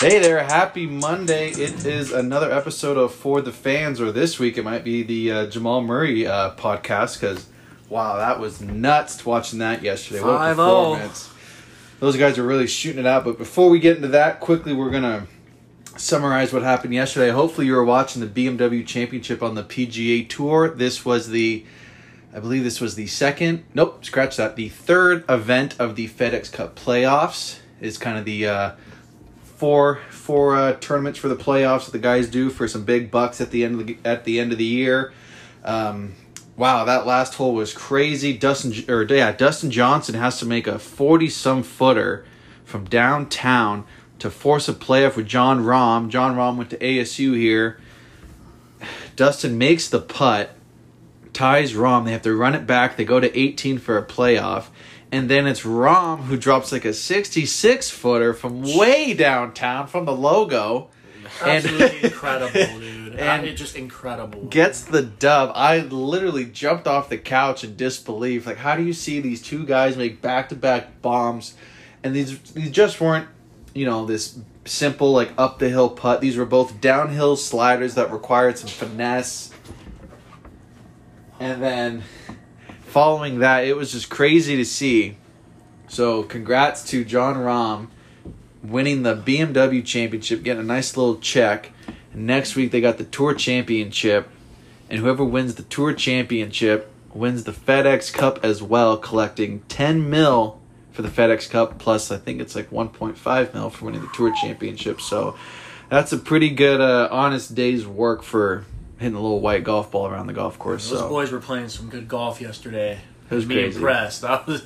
Hey there, happy Monday. It is another episode of For the Fans, or this week it might be the uh, Jamal Murray uh, podcast because, wow, that was nuts watching that yesterday. What a 5-0. performance. Those guys are really shooting it out. But before we get into that, quickly, we're going to summarize what happened yesterday. Hopefully, you were watching the BMW Championship on the PGA Tour. This was the. I believe this was the second. Nope, scratch that. The third event of the FedEx Cup playoffs is kind of the uh, four four uh, tournaments for the playoffs that the guys do for some big bucks at the end of the, at the end of the year. Um, wow, that last hole was crazy. Dustin J- or yeah, Dustin Johnson has to make a forty some footer from downtown to force a playoff with John Rahm. John Rahm went to ASU here. Dustin makes the putt ties Rom. They have to run it back. They go to 18 for a playoff. And then it's Rom who drops like a 66 footer from way downtown from the logo and Absolutely incredible, dude. And- And it's just incredible. gets the dub. I literally jumped off the couch in disbelief. Like, how do you see these two guys make back to back bombs? And these these just weren't, you know, this simple like up the hill putt. These were both downhill sliders that required some finesse. And then following that, it was just crazy to see. So, congrats to John Rahm winning the BMW championship, getting a nice little check. Next week, they got the tour championship. And whoever wins the tour championship wins the FedEx Cup as well, collecting 10 mil for the FedEx Cup, plus I think it's like 1.5 mil for winning the tour championship. So that's a pretty good, uh, honest day's work for hitting a little white golf ball around the golf course. Those so. boys were playing some good golf yesterday. It was me crazy. impressed. I was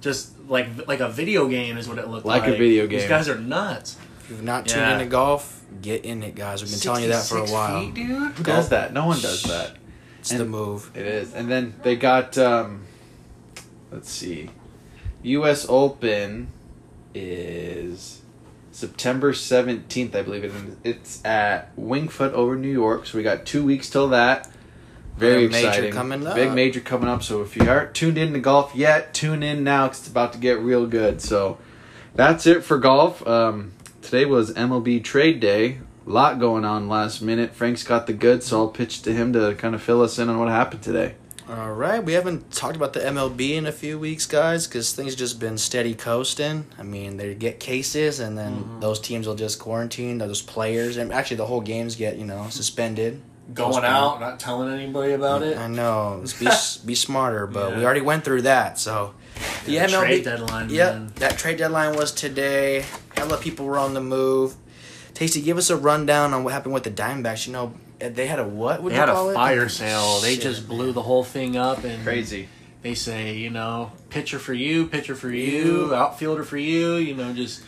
just like like a video game is what it looked Like like. a video These game. guys are nuts. If you've not tuned Yeah. into golf, get in it, guys. We've been telling you that for a 66 while. feet, dude. Who does that? No one does that. It's And- the move. It is. And then they got um let's see. US Open is September 17th, I believe it is. It's at Wingfoot over New York, so we got 2 weeks till that. Very Another major exciting. coming up. Big major coming up, so if you aren't tuned in to golf yet, tune in now cuz it's about to get real good. So that's it for golf. Um today was MLB trade day. A lot going on last minute. Frank's got the goods, so I'll pitch to him to kind of fill us in on what happened today. All right, we haven't talked about the MLB in a few weeks, guys, because things just been steady coasting. I mean, they get cases, and then Mm-hmm. those teams will just quarantine those players, and actually the whole games get you know suspended. Going out, not telling anybody about it. I know. Let's be s- be smarter, but we Yeah. already went through that, so the Yeah, MLB trade deadline, Yep, man. that trade deadline was today. Hella people were on the move. Tasty, give us a rundown on what happened with the Diamondbacks. You know, eh, they had a what? Would They you had call a it? fire sale. They Shit, just man. blew the whole thing up and Crazy. they say, you know, pitcher for you, pitcher for you, outfielder for you, you know, just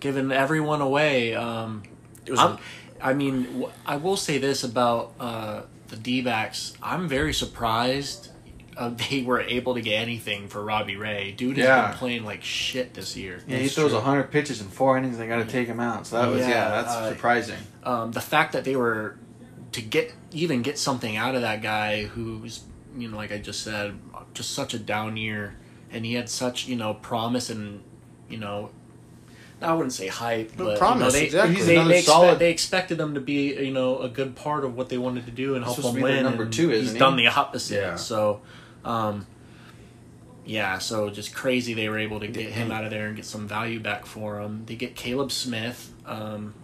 giving everyone away. Um, It was I'm- I mean, w- I will say this about uh, the D backs. I'm very surprised uh, they were able to get anything for Robbie Ray. Dude has Yeah. been playing like shit this year. Yeah, he That's throws true. 100 pitches in four innings. They got to take him out. So that was yeah, Yeah, that's uh, surprising. um, the fact that they were to get even get something out of that guy who's you know like I just said just such a down year and he had such you know promise and you know I wouldn't say hype but, you know, promise, they, exactly. He's they, another they, solid- expect, they expected him to be you know a good part of what they wanted to do and help supposed them to be their win number and two, he's isn't he? done the opposite Yeah. so um yeah, so just crazy they were able to get him out of there and get some value back for him. They get Caleb Smith um,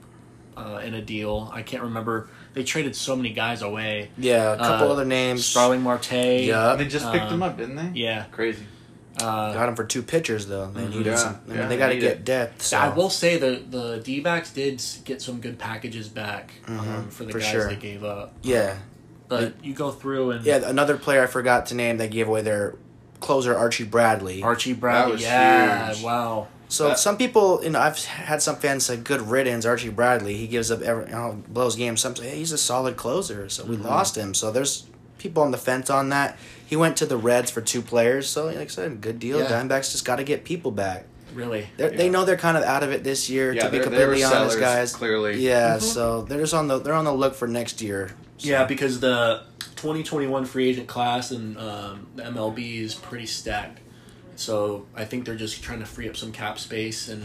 uh, in a deal. I can't remember. They traded so many guys away. Yeah, a couple Uh, other names. Starling Marte. Yeah. they just picked him up, didn't Um, they? Yeah. Crazy. Uh, Mm-hmm. Got them for two pitchers though. They needed Yeah, some. I mean, yeah, they got to they get needed- depth. So. I will say the the D backs did s- get some good packages back um, for the for guys sure. they gave up. Yeah, But you go through and yeah. Another player I forgot to name that gave away their closer Archie Bradley. Archie That Brown. was Yeah, huge. wow. So That- some people, you know, I've had some fans say, "Good riddance, Archie Bradley." He gives up every, you know, blows games. Some say, hey, he's a solid closer, so we lost him. So there's people on the fence on that. He went to the Reds for two players, so like I said, good deal. Yeah. Diamondbacks just got to get people back. Really. They're, They Yeah. know they're kind of out of it this year. Yeah, to be they're- they were completely honest, sellers, guys. clearly. yeah. So they're just on the they're on the look for next year. So- Yeah, because the 2021 free agent class and um, the MLB is pretty stacked. So I think they're just trying to free up some cap space and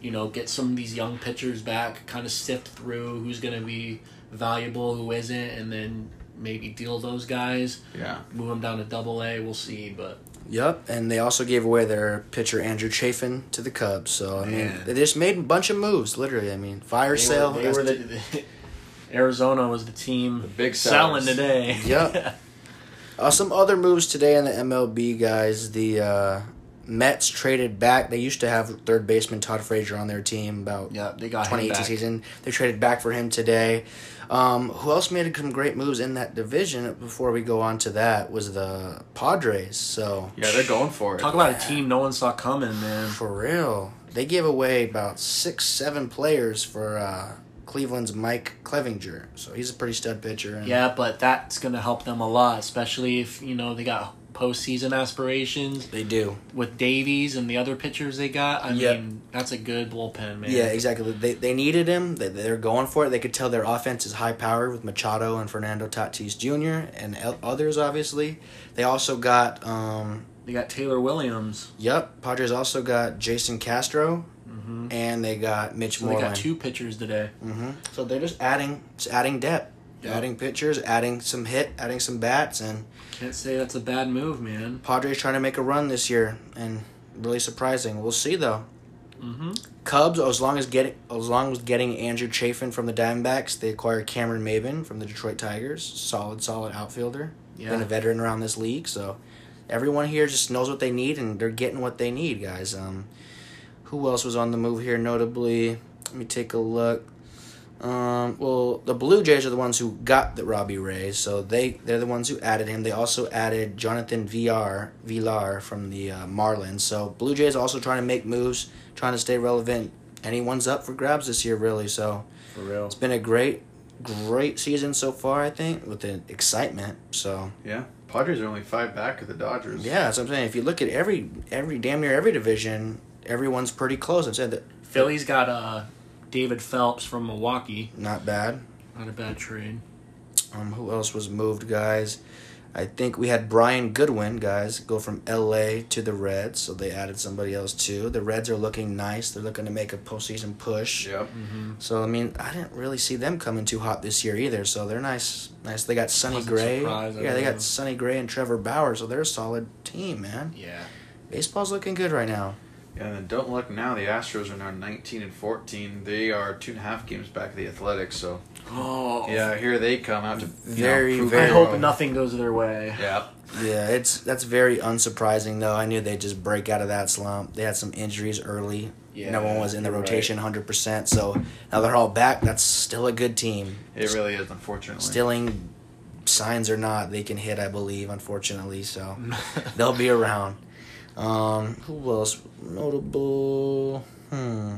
you know, get some of these young pitchers back, kind of sift through who's going to be valuable, who isn't, and then maybe deal those guys, Yeah. move them down to double A. We'll see, but Yep, and they also gave away their pitcher Andrew Chafin to the Cubs. So I mean, Man. they just made a bunch of moves. Literally, I mean, fire they sale. were, they that's were the- the, Arizona was the team big selling sellers. today. Yep. Uh, some other moves today in the MLB, guys. The uh, Mets traded back. They used to have third baseman Todd Frazier on their team about yeah, they got him 2018 back. season. They traded back for him today. Um, who else made some great moves in that division before we go on to that was the Padres. So, Yeah, they're going for it. Talk about a team no one saw coming, man. for real, they gave away about six, seven players for uh, Cleveland's Mike Clevinger. So, he's a pretty stud pitcher. And Yeah, but that's going to help them a lot, especially if, you know, they got postseason aspirations They do. with Davies and the other pitchers they got. I Yep. mean, that's a good bullpen, man. Yeah, exactly. They, they needed him. They, they're going for it. They could tell their offense is high powered with Machado and Fernando Tatis Jr. and el- others, obviously. They also got, um, They got Taylor Williams. yep, Padres also got Jason Castro hmm and they got Mitch So they Moreland. got two pitchers today. hmm So they're just adding, just adding depth, Yeah. adding pitchers, adding some hit, adding some bats, and Can't say that's a bad move, man. Padres trying to make a run this year and really surprising. We'll see though. Mm-hmm. Cubs, as long as getting as long as getting Andrew Chafin from the Diamondbacks, they acquired Cameron Maben from the Detroit Tigers. Solid, solid outfielder. Been a Yeah. veteran around this league, so everyone here just knows what they need and they're getting what they need, guys. Um, who else was on the move here? Notably, let me take a look. Um, well, the Blue Jays are the ones who got the Robbie Ray, so they they're the ones who added him. They also added Jonathan VR Villar from the uh, Marlins. So Blue Jays also trying to make moves, trying to stay relevant. Anyone's up for grabs this year, really. So For real. it's been a great, great season so far. I think with the excitement. So Yeah. Padres are only five back of the Dodgers. yeah, that's what I'm saying. If you look at every every damn near every division, everyone's pretty close. I've said that Philly's got uh, David Phelps from Milwaukee. not bad. Not a bad trade. Um, who else was moved, guys? I think we had Brian Goodwin, guys, go from LA to the Reds, so they added somebody else too. The Reds are looking nice. They're looking to make a postseason push. Yep. Mm-hmm. So I mean, I didn't really see them coming too hot this year either. So they're nice, nice. They got Sonny Wasn't Gray. surprised, I Yeah, they know. got Sonny Gray and Trevor Bauer. So they're a solid team, man. Yeah. Baseball's looking good right now. And then don't look now. The Astros are now 19 and 14. They are two and a half games back of the Athletics. So Oh. yeah, here they come out to you know, Very, prove very- I it hope wrong. nothing goes their way. Yeah. Yeah, it's that's very unsurprising though. I knew they'd just break out of that slump. They had some injuries early. Yeah, no one was in the you're right. rotation 100%. So now they're all back. That's still a good team. It really is, unfortunately. Stilling signs or not, they can hit, I believe, unfortunately. So they'll be around. Um, who else notable? Hmm.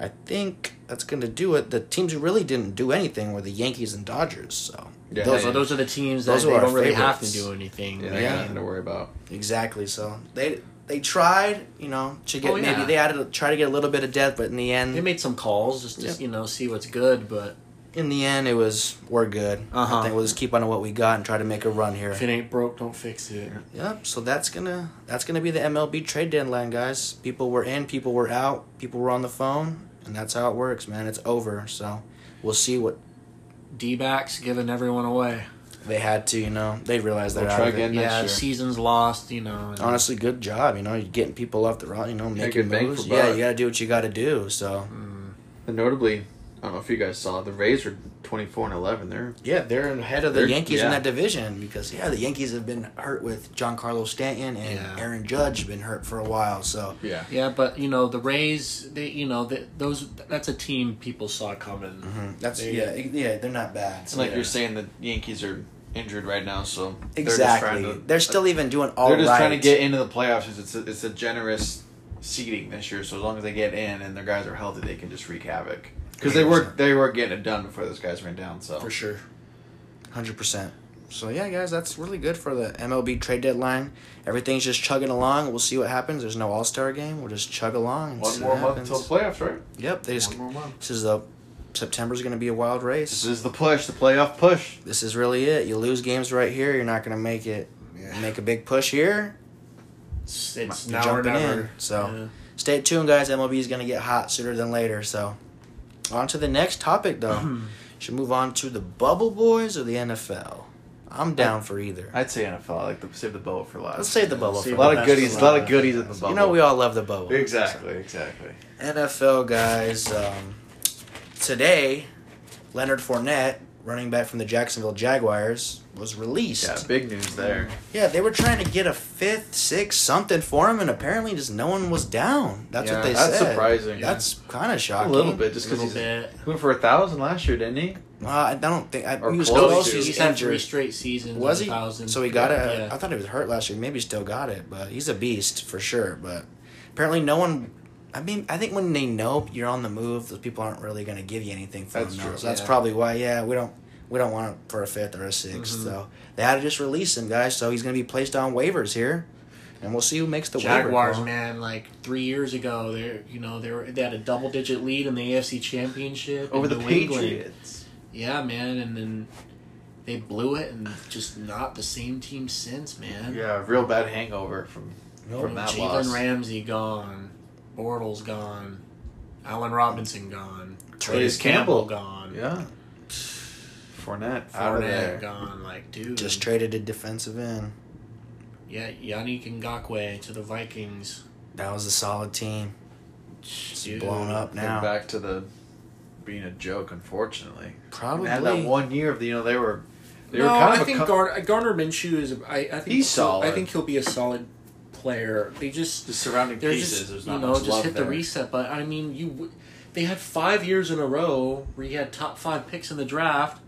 I think that's going to do it. The teams who really didn't do anything were the Yankees and Dodgers. So Yeah, those yeah. So those are the teams that Those are they our don't really have to favorites. do anything. Yeah, they Yeah. got nothing to worry about. Exactly. So they they tried, you know, to get Oh, yeah. maybe they added a, try to get a little bit of depth, but in the end, They made some calls just to Yep. you know see what's good, but in the end, it was we're good. Uh-huh. I think we'll just keep on what we got and try to make a run here. if it ain't broke, don't fix it. Yep. So that's gonna that's gonna be the MLB trade deadline, guys. People were in, people were out, people were on the phone, and that's how it works, man. It's over. So we'll see what D backs giving everyone away. they had to. You know, they realized they're We'll out try of it. again. And next yeah, year. season's lost. You know. and- Honestly, good job. You know, you're getting people off the rock. You know, making good bang moves. for Yeah, buck. you got to do what you got to do. So Mm. And notably, I don't know if you guys saw, the Rays are 24 and 11. They're Yeah, they're ahead of the They're- Yankees in yeah. that division because yeah, the Yankees have been hurt with John Carlos Stanton and Yeah. Aaron Judge been hurt for a while. So yeah. Yeah, but you know the Rays. They you know th those that's a team people saw coming. that's They- yeah, it- yeah, they're not bad. It's So, Mm-hmm. like Yeah. you're saying the Yankees are injured right now, so exactly, they're, still even doing all they're just trying to right. get into the playoffs. It's it's a, it's a generous seating this year, so as long as they get in and their guys are healthy, they can just wreak havoc. Because they were 100%. they were getting it done before those guys went down. So for sure, hundred percent. So yeah, guys, that's really good for the MLB trade deadline. Everything's just chugging along. We'll see what happens. There's no All Star game. We'll just chug along. And one see more what month happens. until the playoffs, right? Yep, they just. One more month. This is a September's going to be a wild race. This is the push, the playoff push. this is really it. You lose games right here, you're not gonna make it. Yeah. Make a big push here. It's, it's You're now or jumping never. in, so. Yeah. stay tuned, guys. MLB is going to get hot sooner than later. So, on to the next topic, though. Should move on to the Bubble Boys or the NFL. I'm down for either. I'd say NFL. I like to save the bubble for last. Let's save the bubble for a save lot the of best goodies. for A lot of last. goodies in the bubble. You know, we all love the bubble. exactly, exactly. NFL guys. Um, today, Leonard Fournette, running back from the Jacksonville Jaguars, was released. Yeah, big news there. Yeah, they were trying to get a fifth, sixth, something for him, and apparently just no one was down. That's Yeah, what they that's said. surprising. That's kind of A shocking. little bit, just because Little he's bit. he went for a thousand last year, didn't he? Uh, I don't think I, Or he was close close. to. He he's was had three injured. straight seasons. Was he? Thousand. So he got it. Yeah. I thought he was hurt last year. Maybe he still got it, but he's a beast for sure. But apparently, no one. I mean, I think when they know you're on the move, those people aren't really going to give you anything for That's them. true. So that's Yeah. probably why. Yeah, we don't we don't want him for a fifth or a 6th Mm-hmm. So they had to just release him, guys. So he's going to be placed on waivers here, and we'll see who makes the waiver Jaguars, call. man, like three years ago, they you know they were they had a double digit lead in the AFC Championship Over in the New England. Patriots. Yeah, man, and then they blew it, and just not the same team since, man. Yeah, real bad hangover from Nope. from that loss. Jalen Ramsey gone, Bortles gone, Allen Robinson gone, Travis Campbell. gone, Yeah. Fournette, out of there. Fournette gone. Like, dude, Just traded a defensive end. yeah, Yannick Ngakwe to the Vikings. That was a solid team. Dude. blown up They're now. back to the being a joke, unfortunately. Probably. They had that one year of the you know they were they were no, kind I of think a co- Gar- uh, Garner Minshew is. I, I think He's he'll- I solid. think he'll be a solid player. They just the surrounding they're pieces. just there's you not know much just love hit there. the reset. But I mean, you w- they had five years in a row where you had top five picks in the draft,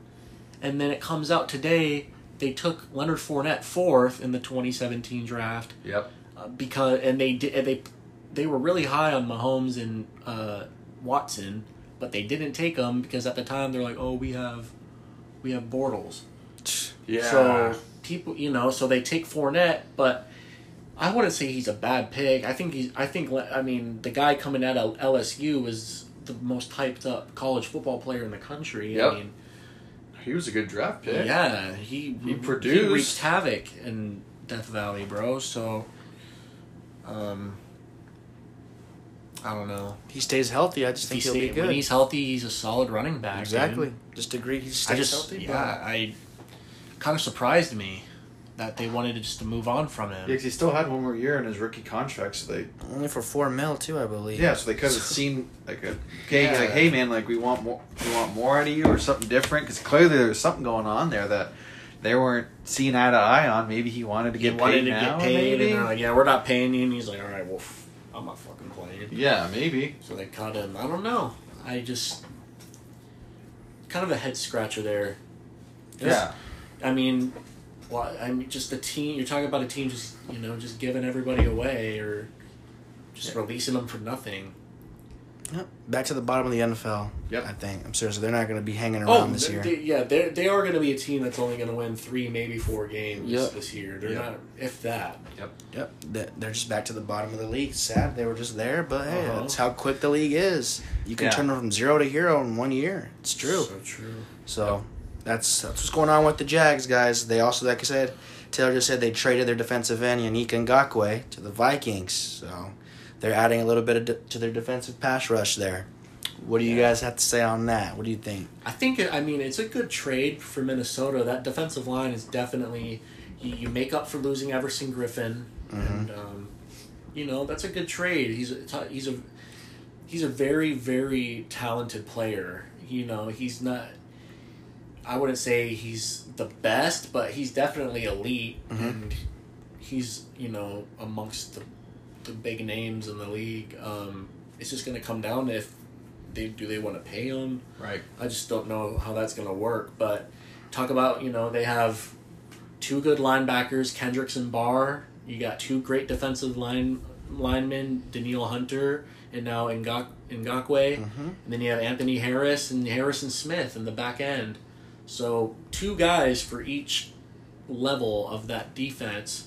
and then it comes out today they took Leonard Fournette fourth in the 2017 draft Yep. uh, because and they did and they they were really high on Mahomes and uh, Watson, but they didn't take them because at the time they're like, oh, we have we have Bortles. Yeah. So people, you know, so they take Fournette, but I wouldn't say he's a bad pick. I think he's. I think. I mean, the guy coming out of LSU was the most hyped up college football player in the country. Yep. I mean, he was a good draft pick. yeah, He he he wreaked produced. havoc in Death Valley, bro. So, um, I don't know. he stays healthy. I just If he think he'll stay- be good. When he's healthy, he's a solid running back. dude. exactly. Just agree he stays I just healthy. yeah, I kind of surprised me that they wanted to just to move on from him. Yeah, 'cause he still had one more year in his rookie contract, so they but only for four mil too, I believe. yeah, so they could have seen like a okay, Yeah. like hey man, like we want more, we want more out of you or something different because clearly there's something going on there that they weren't seeing eye to eye on. Maybe he wanted to He get paid now. maybe? and they're like, "Yeah, we're not paying you." And he's like, "All right, well, f- I'm not fucking playing." yeah, maybe. So they cut him. I don't know. I just kind of a head scratcher there. Yeah, I mean, why I mean, just the team. You're talking about a team just you know just giving everybody away or just Yeah. releasing them for nothing. Yep. Back to the bottom of the NFL. Yep. I think I'm serious. They're not going to be hanging Oh, around this they- year. they- yeah, they they are going to be a team that's only going to win three, maybe four games Yep. this year. They're Yep. not, if that. yep. They- They're just back to the bottom of the league. Sad they were just there, but hey, Uh-huh. that's how quick the league is. You can Yeah. turn from zero to hero in one year. It's true. So true. So that's that's what's going on with the Jags, guys. They also, like I said, Taylor just said they traded their defensive end Yannick Ngakwe to the Vikings. So they're adding a little bit of de- to their defensive pass rush there. What do you guys have to say on that? What do you think? I think it- I mean it's a good trade for Minnesota. That defensive line is definitely you, you make up for losing Everson Griffin, and um, you know that's a good trade. He's a, t- he's a he's a very very talented player. You know he's not. I wouldn't say he's the best, but he's definitely elite, and he's you know amongst the the big names in the league. Um, it's just going to come down to if they do they want to pay him. right. I just don't know how that's going to work. But talk about, you know, they have two good linebackers, Kendricks and Barr. You got two great defensive line linemen, Daniil Hunter and now Ngak, Ngakwe. And then you have Anthony Harris and Harrison Smith in the back end. So two guys for each level of that defense.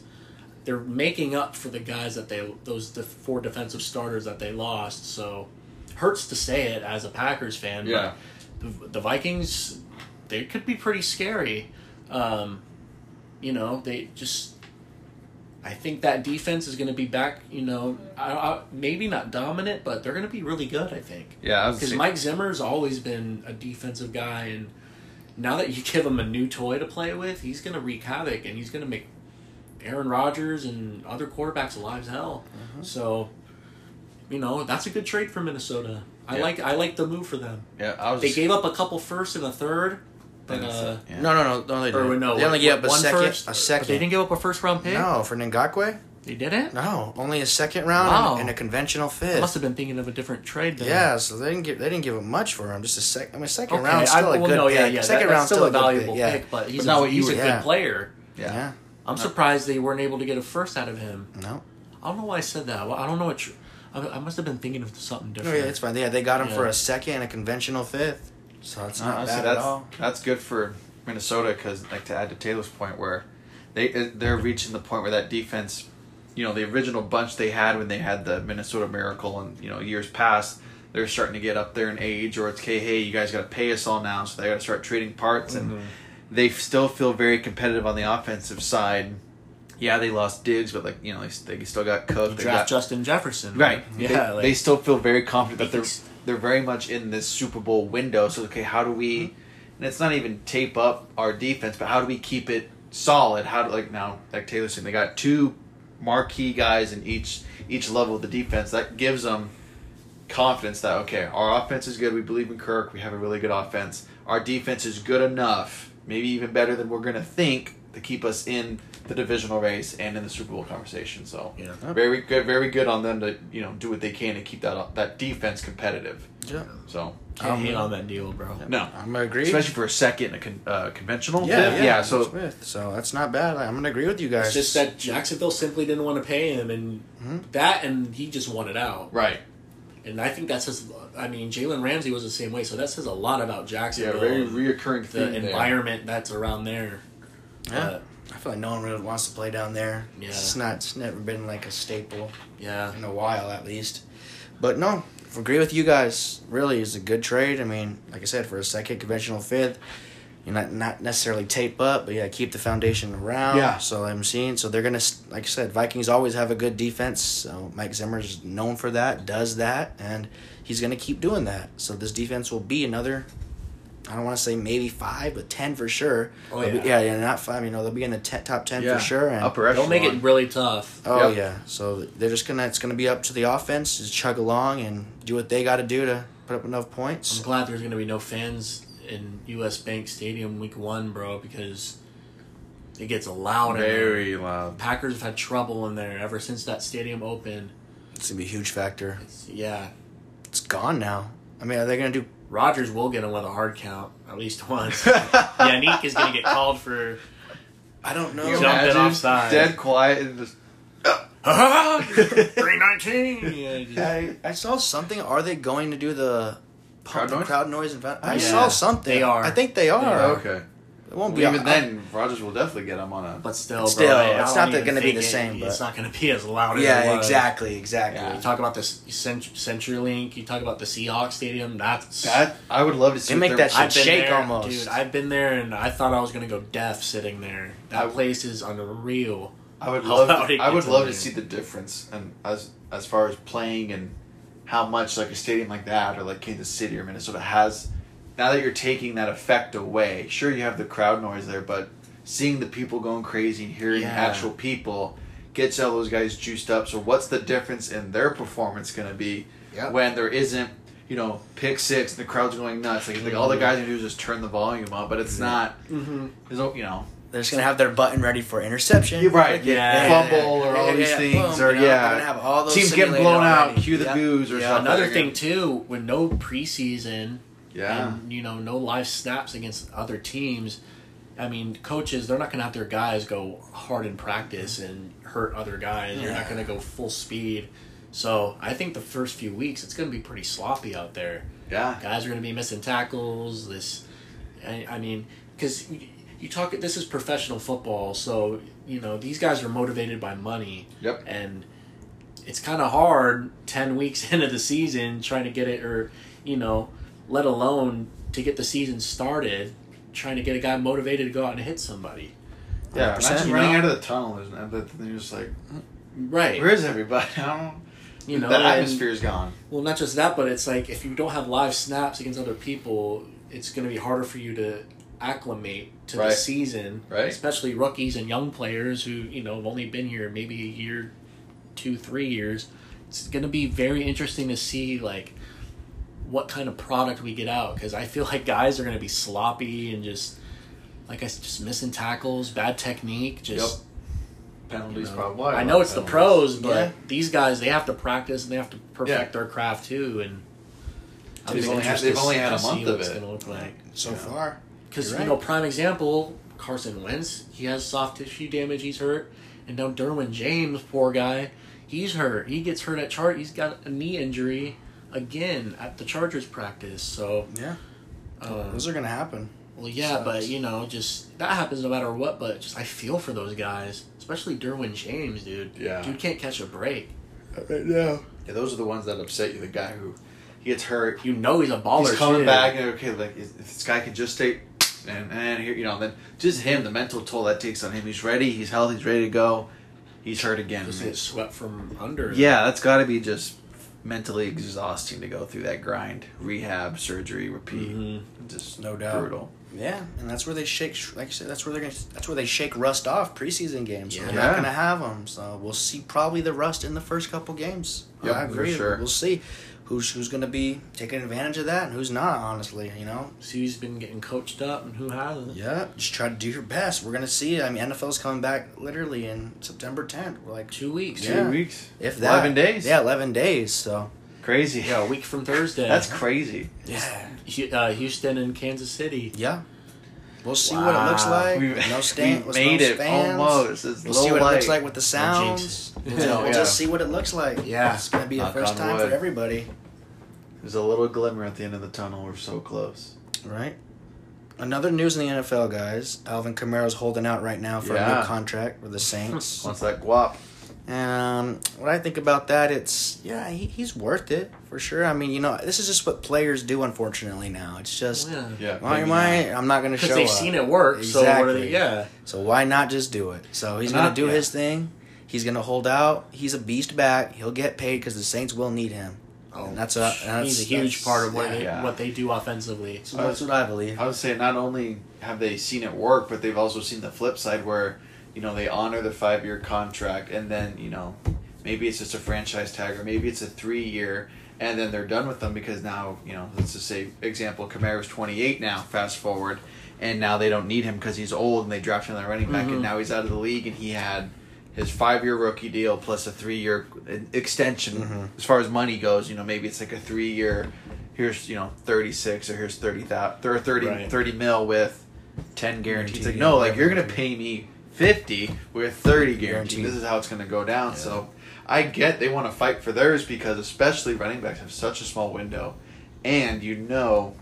They're making up for the guys that they those def- four defensive starters that they lost. So hurts to say it as a Packers fan, Yeah. but the, the Vikings, they could be pretty scary. Um, you know, they just I think that defense is going to be back. You know, I, I, maybe not dominant, but they're going to be really good. I think. Yeah, I was Because saying- Mike Zimmer's always been a defensive guy, and now that you give him a new toy to play with, he's going to wreak havoc, and he's going to make Aaron Rodgers and other quarterbacks alive as hell. So, you know, that's a good trade for Minnesota. I Yeah. like I like the move for them. yeah, I was. They gave up a couple firsts and a third, but uh, yeah. No, no, no. No, they or didn't. no, they only what- gave up a one second. first? a But They didn't second. give up a first round pick. No, for Ngakwe? They didn't. No, only a second round Wow. and, and a conventional I fifth. must have been thinking of a different trade. Then. Yeah, so they didn't give they didn't give him much for him. Just a second. I mean, second Okay, round still I, a well, good no, pick. yeah, yeah. second that, round that's still a good valuable pick, Yeah. pick, but But he's not a, what you he's a were- yeah. good player. yeah. yeah, I'm surprised they weren't able to get a first out of him. no, I don't know why I said that. Well, I don't know what. You, I, I must have been thinking of something no, different. Oh, yeah, it's fine. Yeah, they got him for Yeah. a second and a conventional fifth, so it's not Honestly, bad that's at all. that's good for Minnesota because, like, to add to Taylor's point, where they they're reaching the point where that defense, you know, the original bunch they had when they had the Minnesota Miracle and you know years past, they're starting to get up there in age, or it's okay, hey, you guys got to pay us all now, so they got to start trading parts, Mm-hmm. and they still feel very competitive on the offensive side. Yeah, they lost Diggs, but like you know, they, they still got Cook. You they draft got, Justin Jefferson, Right. Yeah, They, like, they still feel very confident that they're Yes. they're very much in this Super Bowl window. So okay, how do we? Mm-hmm. And it's not even tape up our defense, but how do we keep it solid? How do like now like Taylor saying they got two marquee guys in each each level of the defense that gives them confidence that okay, our offense is good. We believe in Kirk. We have a really good offense. Our defense is good enough, maybe even better than we're gonna think, to keep us in the divisional race and in the Super Bowl conversation. So Yeah. very good, very good on them to you know do what they can to keep that that defense competitive. Yeah, So can't Um, hate on that deal, bro. no, I'm gonna agree. especially for a second in a con- uh, conventional. yeah, fifth. yeah, So fifth. so that's not bad. I'm gonna agree with you guys. It's just that Jacksonville simply didn't want to pay him, and Mm-hmm. that, and he just wanted out. right, And I think that says, I mean, Jalen Ramsey was the same way, so that says a lot about yeah, Jacksonville. very and reoccurring the thing. there. environment that's around there. yeah. But, I feel like no one really wants to play down there. uh, Yeah. It's just not. It's never been like a staple. yeah. in a while at least. But no, I agree with you guys. Really, is a good trade. I mean, like I said, for a second conventional fifth, you're not not necessarily tape up, but yeah, keep the foundation around. Yeah. So I'm seeing. So they're gonna, s- like I said, Vikings always have a good defense. So Mike Zimmer's known for that, does that, and he's gonna keep doing that. So this defense will be another. I don't want to say maybe five, but ten for sure. Oh, They'll be- yeah. yeah, yeah, not five. You know, they'll be in the te- top ten Yeah. for sure. And Upper echelon. Don't make it really tough. Oh Yep. yeah, so they're just gonna it's gonna be up to the offense to chug along and do what they got to do to put up enough points. I'm glad there's going to be no fans in U.S. Bank Stadium week one, bro, because it gets loud. in there. very loud. Packers have had trouble in there ever since that stadium opened. It's gonna be a huge factor. It's- yeah. It's gone now. I mean, are they gonna do? Rodgers will get him with a hard count at least once. Yannick is going to get called for. I don't know. Can you Jumping imagine? offside. dead quiet. And just, 319! Yeah, just- I, I saw something. Are they going to do the Crowd the noise? crowd noise and va- I Yeah, saw something. they are. I think they are. Oh, okay. It won't Well, be even then, Rogers will definitely get him on a. But still, Still, bro, I- I it's don't not even gonna be think the it- same, It's but- not going to be as loud. as it Yeah, was. exactly, exactly. Yeah. You talk about this Cent- CenturyLink. You talk about the Seahawks Stadium. That's That I would love to see. what They make their- that shit I've been shake there, almost. dude. I've been there, and I thought I was gonna go deaf sitting there. That I- place is unreal. I would How love. loud To, it I would gets in love to there. see the difference, and as as far as playing and how much like a stadium like that or like Kansas City or Minnesota has. Now that you're taking that effect away, sure you have the crowd noise there, but seeing the people going crazy and hearing Yeah. actual people gets all those guys juiced up. So what's the difference in their performance going to be Yeah. when there isn't? You know, pick six, and the crowd's going nuts. Like, like all the guys can do is just turn the volume up, but it's not. Mm-hmm. There's no, you know, They're just gonna have their button ready for interception. You're right. Yeah. Fumble or all Yeah, these yeah, things boom, or you know, yeah. They're gonna have all those Teams getting simulated blown out. already. Cue the Yep. boos or Yeah. something. Another thing too, with no preseason Yeah. and you know no live snaps against other teams. I mean, coaches they're not gonna have their guys go hard in practice and hurt other guys. They're not Yeah. gonna go full speed. So I think the first few weeks it's gonna be pretty sloppy out there. Yeah. guys are going to be missing tackles. This, I, I mean, because you, you talk. This is professional football, so you know these guys are motivated by money, Yep. and it's kind of hard ten weeks into the season trying to get it, or you know, let alone to get the season started, trying to get a guy motivated to go out and hit somebody. Yeah, 100%, imagine you running know? out of the tunnel, isn't it? But then you're just like, right? where is everybody? I don't. You know, the and- atmosphere is gone. Well, not just that, but it's like if you don't have live snaps against other people, it's going to be harder for you to acclimate to Right. the season, Right. Especially rookies and young players who you know have only been here maybe a year, two, three years. It's going to be very interesting to see like what kind of product we get out because I feel like guys are going to be sloppy and just like I s- just missing tackles, bad technique, just. Penalties, No. probably. I know it's the pros, but Yeah. these guys they have to practice and they have to perfect their craft too. And I'm They've just only had- interested they've only had a to see month of what it's it. gonna look like. So Yeah. far, Because You're you right. know, prime example, Carson Wentz, he has soft tissue damage, he's hurt, and now Derwin James, poor guy, he's hurt. He gets hurt at chart. He's got a knee injury again at the Chargers practice. So, yeah, um, those are gonna happen. well, yeah, Oh, Sucks. but you know, just that happens no matter what. But just I feel for those guys, especially Derwin James, dude. Yeah. dude can't catch a break. Right now, Yeah, those are the ones that upset you. The guy who he gets hurt, You know he's a baller. he's coming too. back, and okay, like if this guy can just stay, and and here, you know, then just him, the mental toll that takes on him. He's ready, he's healthy, he's ready to go. He's hurt again. Just get swept from under. Yeah, that's got to be just mentally exhausting to go through that grind, rehab, surgery, repeat. Just Mm-hmm. No doubt. brutal. yeah, and that's where they shake. Like I said, that's where they're gonna. That's where they shake rust off preseason games. So they're Yeah. not gonna have them. So we'll see probably the rust in the first couple games. Yep, I for agree. sure. We'll see who's who's gonna be taking advantage of that and who's not. Honestly, you know, See who's been getting coached up and who hasn't. Yeah, just try to do your best. We're gonna see. I mean, NFL's coming back literally in September 10th. We're like, Two weeks. Yeah. Two weeks, if that, eleven days. Yeah, eleven days. So crazy. Yeah, a week from Thursday. that's crazy. yeah, Hu- uh, Houston and Kansas City. yeah. We'll see what it looks like. We've- no stand. we've with made no it fans. almost. It's We'll low see what it light. looks Oh, like with the No sounds. jinxes. We'll, just- we'll Yeah. just see what it looks like. Yeah. it's gonna be the Knock first on time wood. for everybody, There's a little glimmer at the end of the tunnel. We're so close. right? Another news in the NFL, guys. Alvin Kamara's holding out right now for a Yeah. new contract with the Saints. Once that guap. Um, what I think about that, it's yeah, he, he's worth it for sure. I mean, you know, this is just what players do, unfortunately. Now it's just Yeah. Yeah. why am I? I'm not going to Because show they've up. seen it work, so what are they, Exactly. yeah. So why not just do it? So he's going Not- to do yeah. his thing. He's going to hold out. He's a beast back. He'll get paid because the Saints will need him. Oh, and that's a that's, He's a huge that's- part of what yeah. they, Yeah. what they do offensively. So that's Uh, what I believe. I would say not only have they seen it work, but they've also seen the flip side where, you know, they honor the five year contract and then, you know, maybe it's just a franchise tag or maybe it's a three year and then they're done with them because now, you know, let's just say, example, Kamara's 28 now, fast forward, and now they don't need him because he's old and they drafted another running back and now he's out of the league and he had his five year rookie deal plus a three year extension as far as money goes. You know, maybe it's like a three year. Here's you know thirty six or here's thirty thousand or thirty Right. 30 mil with ten guarantees. Guaranteed, like yeah, no, like whatever, you're gonna pay me fifty with thirty guaranteed. Guaranteed. This is how it's gonna go down. So I get they want to fight for theirs because especially running backs have such a small window, and you know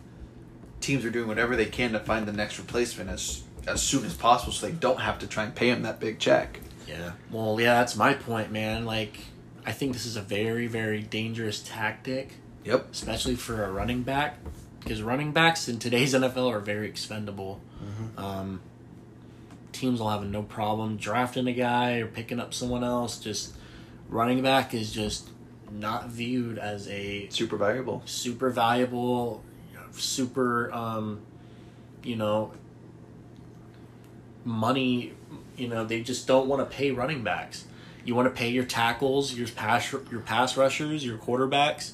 teams are doing whatever they can to find the next replacement as as soon as possible so they don't have to try and pay him that big check. Yeah. Well, yeah, that's my point, man. Like, I think this is a very, very dangerous tactic, Yep. especially for a running back, because running backs in today's NFL are very expendable. Um, teams will have no problem drafting a guy or picking up someone else. Just running back is just not viewed as a Super valuable. super valuable, super, um, you know, money. You know, they just don't want to pay running backs. You want to pay your tackles, your pass, your pass rushers, your quarterbacks.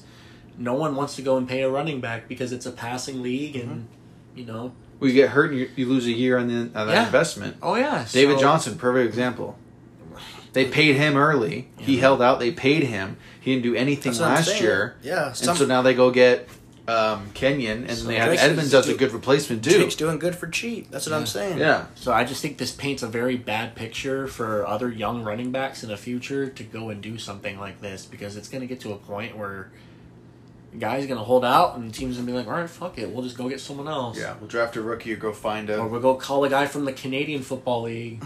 No one wants to go and pay a running back because it's a passing league, and you know. We get hurt and you, you lose a year on, the, on that Yeah. investment. Oh yeah, David so- Johnson, perfect example. They paid him early. He held out. They paid him. He didn't do anything That's what I'm last saying. year. Yeah, and so now they go get um, Kenyon, and they have Drake's Edmonds just as a do- good replacement too. Jake's doing good for cheap. That's what I'm saying. Yeah, So I just think this paints a very bad picture for other young running backs in the future to go and do something like this because it's going to get to a point where the guy's going to hold out and the team's going to be like, all right, fuck it, we'll just go get someone else. yeah. We'll draft a rookie or go find Or a. we'll go call a guy from the Canadian Football League.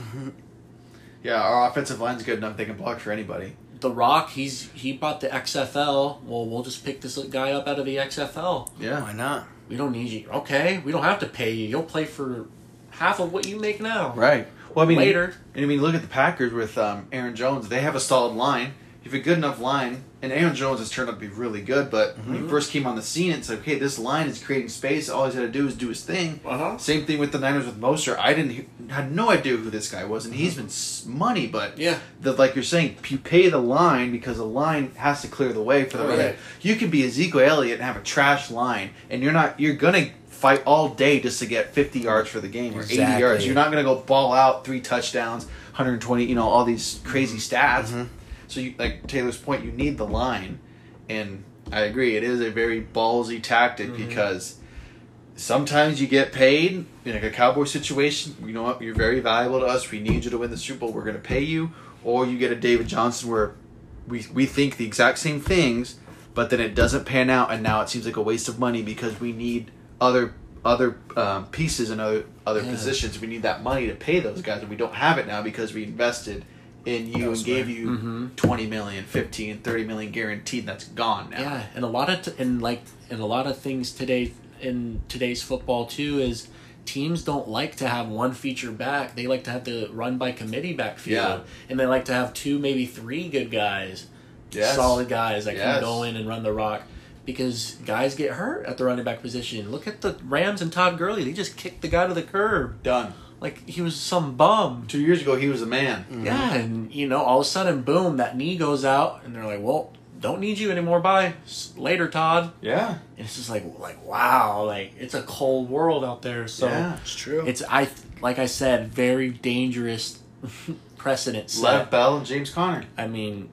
Yeah, our offensive line's good enough. They can block for anybody. The Rock, he's he bought the XFL. Well, we'll just pick this guy up out of the XFL. Why Yeah, not? We don't need you. Okay, we don't have to pay you. You'll play for half of what you make now. right. Well, I mean, Later. And I mean, look at the Packers with um, Aaron Jones. They have a solid line. If you have a good enough line, and Aaron Jones has turned out to be really good, but Mm-hmm. when he first came on the scene, it's like, okay, this line is creating space. All he's got to do is do his thing. Uh-huh. Same thing with the Niners with Moser. I didn't he- had no idea who this guy was, and he's been s- money, but Mm-hmm. Yeah. the, like you're saying, you pay the line because the line has to clear the way for the Right. rest. You could be Ezekiel Elliott and have a trash line, and you're not you're gonna fight all day just to get 50 yards for the game or 80 yards. Exactly. You're not gonna go ball out three touchdowns, 120, you know, all these crazy Mm-hmm. stats. So you like Taylor's point, you need the line, and I agree, it is a very ballsy tactic Mm-hmm. because sometimes you get paid in like a cowboy situation you know what you're very valuable to us we need you to win the super bowl we're going to pay you or you get a david johnson where we, we think the exact same things but then it doesn't pan out and now it seems like a waste of money because we need other other um, pieces and other other Yeah. positions we need that money to pay those guys and we don't have it now because we invested in you and Elsewhere. gave you Mm-hmm. twenty million, fifteen, thirty million 20 million 15 30 million guaranteed that's gone now Yeah, and a lot of t- and like and a lot of things today in today's football too is teams don't like to have one feature back. They like to have the run by committee Yeah. backfield, and they like to have two, maybe three good guys, Yes. solid guys that Yes. can go in and run the rock. Because guys get hurt at the running back position. Look at the Rams and Todd Gurley; they just kicked the guy to the curb done like he was some bum. two years ago he was a man Yeah, and you know, all of a sudden, boom, that knee goes out, and they're like, "Well, don't need you anymore. Bye, S- later, Todd." yeah And it's just like, like wow, like it's a cold world out there. So Yeah. It's true. it's I like I said, very dangerous precedent set. Lev Bell and James Conner. I mean,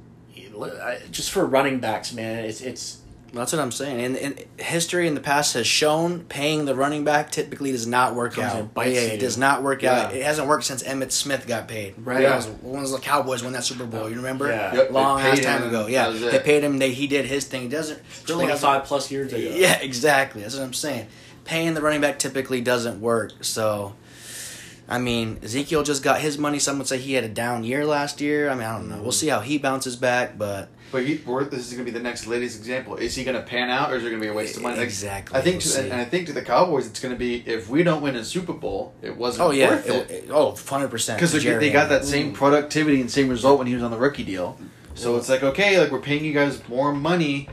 I- just for running backs, man, it's it's That's what I'm saying. And, and history in the past has shown paying the running back typically does not work Comes out. and bites yeah, it you. does not work out. Yeah. It hasn't worked since Emmett Smith got paid. Right. That was- when was the Cowboys won that Super Bowl? You remember? Yeah. Yep, they Long ass paid time him. ago. That Yeah. was it. They paid him. They he did his thing. It doesn't. twenty five plus years ago. Yeah, exactly. That's what I'm saying. Paying the running back typically doesn't work. So, I mean, Ezekiel just got his money. Some would say he had a down year last year. I mean, I don't Mm-hmm. know. We'll see how he bounces back, but But he, or this is going to be the next latest example. Is he going to pan out, or is it going to be a waste of money? Like, Exactly. I think, We'll to, and see. I think to the Cowboys, it's going to be if we don't win a Super Bowl, it wasn't. oh yeah, worth it, it it, oh 100 percent. because they got that same productivity and same result when he was on the rookie deal. So it's like okay, like we're paying you guys more money.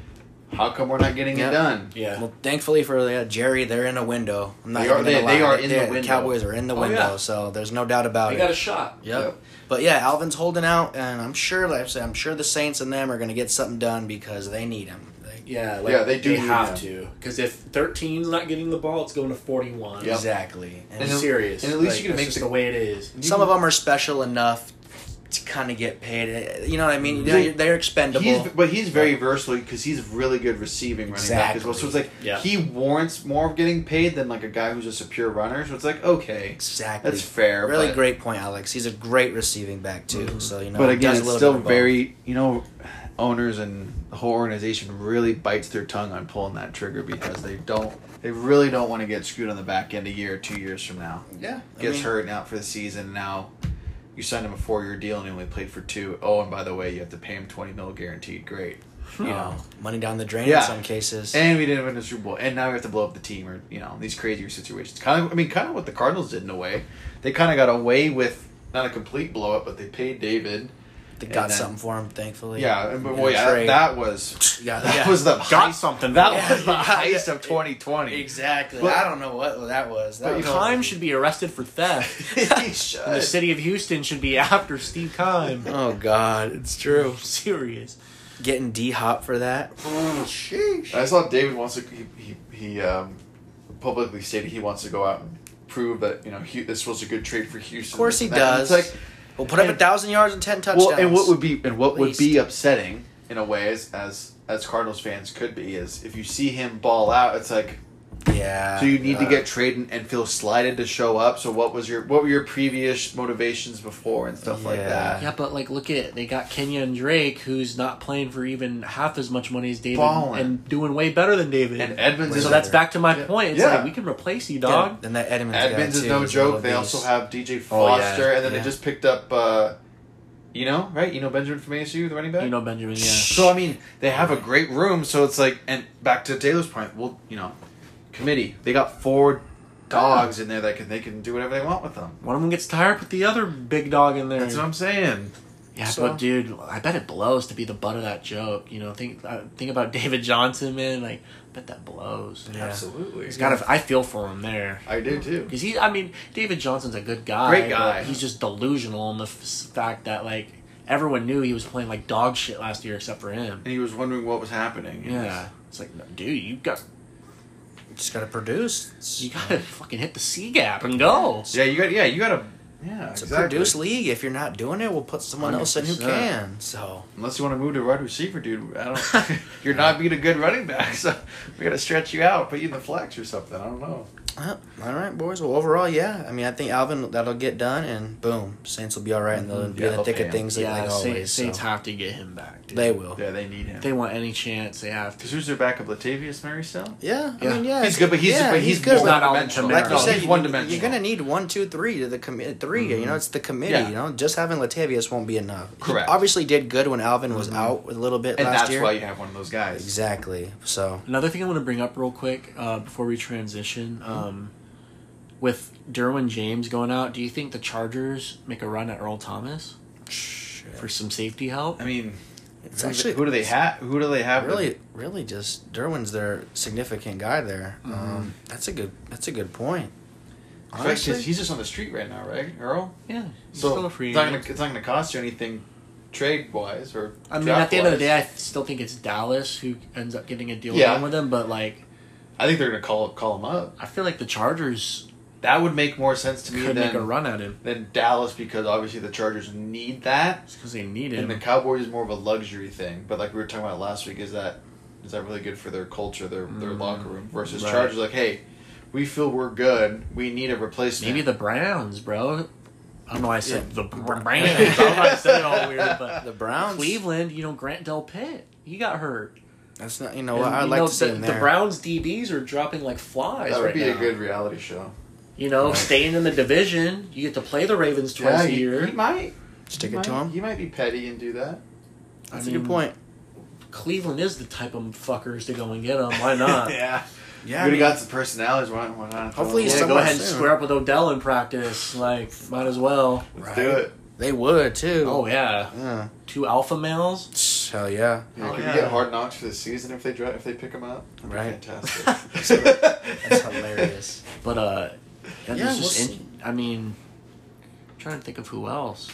How come we're not getting Yeah. it done? yeah. Well, thankfully for uh, Jerry, they're in a window. I'm not They are- even gonna they- lie. they are in the They're- window. Cowboys are in the Oh, window, yeah. so there's no doubt about they it. got a shot. Yep. Yep. But yeah, Alvin's holding out, and I'm sure, like I said, I'm sure the Saints and them are going to get something done because they need him. Like, Yeah, like, Yeah, they do They need have that. to because if 13's not getting the ball, it's going to forty one. Yep. Exactly. And And I'm then- serious. and at least you can that's make just the- the, way it is. some of them are special enough to kind of get paid. You know what I mean? Mm-hmm. They- They're, they're expendable. He's, but he's very versatile because he's really good receiving running back as well. So it's like Yeah. he warrants more of getting paid than like a guy who's just a pure runner. So it's like okay, exactly. That's fair, but- Really Mm-hmm. great point, Alex. He's a great receiving back too. So you know, but he again, does a it's little still bit of both. very you know, owners and the whole organization really bites their tongue on pulling that trigger because they don't, they really don't want to get screwed on the back end a year or two years from now. yeah. I Gets mean, hurt and out for the season. Now, you signed him a four year deal and he only played for two. Oh, and by the way, you have to pay him twenty mil guaranteed. Great, you know. money down the drain Yeah. in some cases. And we didn't win the Super Bowl, and now we have to blow up the team, or you know these crazier situations. Kind of, I mean, kind of what the Cardinals did in a way. They kind of got away with not a complete blow up, but they paid David. they got and then- something for him, thankfully. Yeah, and- but In a boy, yeah, that, trade. that was Yeah, that yeah. was the got heist- something. That Yeah. was the heist of 2020. exactly. But- I don't know what that was. That But was Kime should be arrested for theft. He the should. city of Houston should be after Steve Kime. Oh God, it's true. Serious. Getting D Hop for that. I saw David wants to. He he, he um, publicly stated he wants to go out and prove that you know he, this was a good trade for Houston. Of course this he and that. does. And It's like We'll put up a and- thousand yards and ten touchdowns. well, and what would be and what would be least. upsetting in a way as as as Cardinals fans could be is if you see him ball out, it's like Ah, yeah? Uh, So you need to get traded and feel slighted to show up. So what was your what were your previous motivations before and stuff like Yeah. that? Yeah, but like, look at they got Kenya and Drake, who's not playing for even half as much money as David, Balling. and doing way better than David. And Edmonds Wait, is so that's back to my Yeah. point. It's Yeah. like we can replace you, Yeah, dog. Then that Edmonds. guy, Edmonds is too, no is a joke. little They also beast. have DJ Oh, yeah. Foster, and then Yeah. they just picked up uh, you know right you know Benjamin from ASU the running back. You know, Benjamin. Yeah. So I mean they have a great room. So it's like and back to Taylor's point. Well, you know, committee they got four dogs in there that can they can do whatever they want with them. One of them gets tired, put the other big dog in there. That's what I'm saying. yeah, So- but dude, I bet it blows to be the butt of that joke. You know, think uh, think about David Johnson, man. Like, I bet that blows. Yeah. Absolutely. He's got. to I feel for him there. I do too. Because he, I mean, David Johnson's a good guy. Great guy. but He's just delusional in the f- fact that like everyone knew he was playing like dog shit last year except for him. And he was wondering what was happening. It Yeah, it's like, dude, you got Just gotta produce. It's, you gotta fucking hit the C gap and go. was- yeah, you got. Yeah, you got to. Yeah, it's a exactly. produce league. If you're not doing it, we'll put someone else in who 100%. can. So Unless you want to move to wide receiver, dude. I don't. you're not being a good running back, so we got to stretch you out, put you in the flex or something. I don't know. Yep. All right, boys. Well, overall, yeah. I mean, I think Alvin that'll get done, and boom, Saints will be all right, and they'll Mm-hmm. be Yeah, in the they'll thick pay of him. things yeah, like Sa- always. so. Saints have to get him back. Dude. They will. Yeah. Yeah, Oh. they need him. If they want any chance, they have to. Because who's their backup? Latavius Murray still? I mean, yeah, he's good, but he's yeah, but he's, good. more not all dimensional. Like Like you No, you said, he's you- one dimensional. You're gonna need one, two, three to the committee. 3 you know, it's the committee. Mm-hmm. Yeah. You know, just having Latavius won't be enough. He Correct. Mm-hmm. obviously, did good when Alvin was out a little bit and last that's year. why you have one of those guys. Exactly. So Another thing I want to bring up real quick uh, before we transition, Mm-hmm. um, with Derwin James going out, do you think the Chargers make a run at Earl Thomas for some safety help? I mean, it's who- actually who do they have? Who do they have? really, really just Derwin's their significant guy there. Um, that's a good. That's a good point. Honestly, Honestly, he's just on Mm-hmm. the street right now, right, Earl? Yeah, he's So still a free it's, not gonna, agent. it's not gonna cost you anything, trade wise or. I mean, at the end of the day, draft-wise. I still think it's Dallas who ends up getting a deal Yeah. done with him. But like, I think they're gonna call call him up. I feel like the Chargers That would make more sense to me could make a than run at him than Dallas because obviously the Chargers need that, because they need and the him. Cowboys is more of a luxury thing. But like we were talking about last week, is that is that really good for their culture, their their locker room versus Mm-hmm. right. Chargers? Like, hey, we feel we're good. We need a replacement. Maybe the Browns, bro. I don't know. why I said Yeah. the Br- Browns. I don't know. why I said it all weird, but the Browns. Cleveland, you know, Grant Del Pitt, he got hurt. That's not. You know what? And, I'd you like know, to see the, him the there. Browns DBs are dropping like flies that would right be now. a good reality show. You know, staying in the division, you get to play the Ravens twice a he- year. he might. Stick he it to might- him. He might be petty and do that. That's I a mean, good point. Cleveland is the type of fuckers to go and get him. Why not? yeah. we Yeah. I mean, would have got some personalities. Why, why not? Hopefully Let's he's Yeah, still- go Someone ahead and soon. square up with Odell in practice. Like, might as well. do it. They would too. Oh yeah, Yeah. two alpha males. Hell yeah. Yeah, Oh, could yeah. we get hard knocks for the season if they dri if they pick him up? That'd be Right. Fantastic. That's hilarious. But uh, that Yeah, is just. we'll in- I mean, I'm trying to think of who else.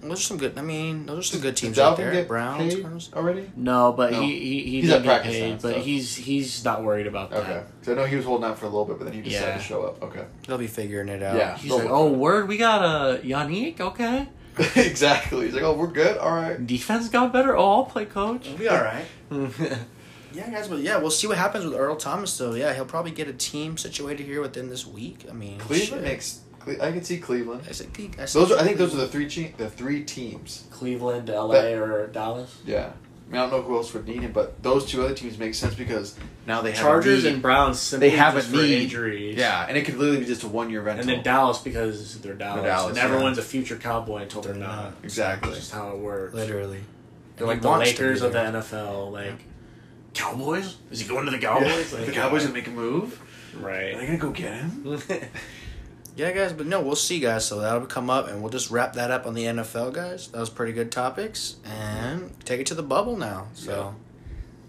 Those are some good. I mean, those are some good teams Did out Dalvin there. get Browns. paid Cardinals. already. No, but No. he he, he He's did at get practice now, paid, but so. he's he's not worried about that. Okay, so I know he was holding out for a little bit, but then he decided Yeah. to show up. Okay, They'll be figuring it out. Yeah. He's Don't like, worry oh about it." word, we got a Yannick. Okay, exactly. He's like, "Oh, we're good. All right." defense got better. Oh, I'll play coach. It'll be all right. Mm-hmm. Yeah, guys, but yeah, we'll see what happens with Earl Thomas though. Yeah, he'll probably get a team situated here within this week. I mean, shit. Cleveland makes. Cle- I can see Cleveland. I said, Cle- I said Those are. I think those are the three. Che- the three teams. Cleveland, LA, That- or Dallas. Yeah. I mean, I don't know who else would need him, but those two other teams make sense because now they have Chargers a need. and Browns simply they have just a for need. injuries. Yeah, and it could literally be just a one-year rental. And then Dallas because they're Dallas. Dallas, and yeah. everyone's a future cowboy until they're, They're not. not. exactly. That's just how it works. literally. They're He like the wants to be Lakers of the there. NFL. Like Cowboys? Is he going to the Yeah. Cowboys? Like, uh, The Cowboys gonna make a move. Are they right? gonna go get him? Yeah, guys, but no, we'll see, guys. So that'll come up, and we'll just wrap that up on the NFL, guys. That was pretty good topics, and take it to the bubble now. So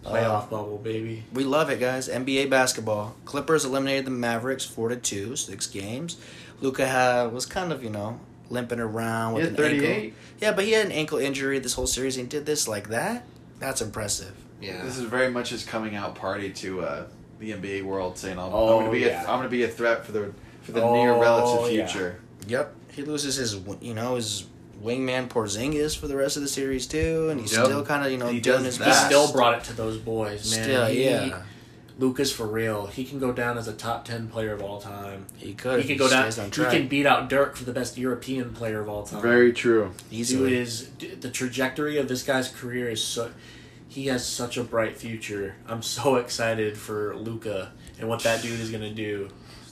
Uh, Playoff bubble, baby. we love it, guys. NBA basketball. Clippers eliminated the Mavericks four to two, six games. Luca had, was kind of you know limping around with He had an 38. ankle. Yeah, but he had an ankle injury this whole series, and he did this like that. That's impressive. Yeah. This is very much his coming out party to uh, the NBA world, saying I'm, Oh, I'm gonna be yeah. a, I'm gonna be a threat for the for the Oh, near relative yeah. future. Yep, he loses his w- you know his wingman Porzingis for the rest of the series too, and he's Yep. still kind of you know He doing does his that. he best. still brought it to those boys, man. Still, He- yeah. Luca's for real. He can go down as a top ten player of all time. He could. he can go down. stays on He track. can beat out Dirk for the best European player of all time. true. Dude easily. is d- the trajectory of this guy's career is so. He has such a bright future. I'm so excited for Luca and what that dude is gonna do.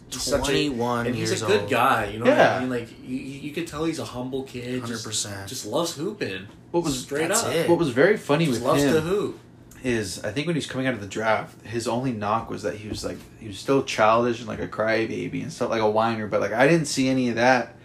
He's such a- 21 and he's years a good old. guy. You know what Yeah. I mean? Like you, you you could tell he's a humble kid. just- 100%. Just loves hooping. What was straight That's up? it. what was very funny Just with loves to him hoop. is I think when he was coming out of the draft, his only knock was that he was like he was still childish and like a crybaby and stuff like a whiner. But like I didn't see any of that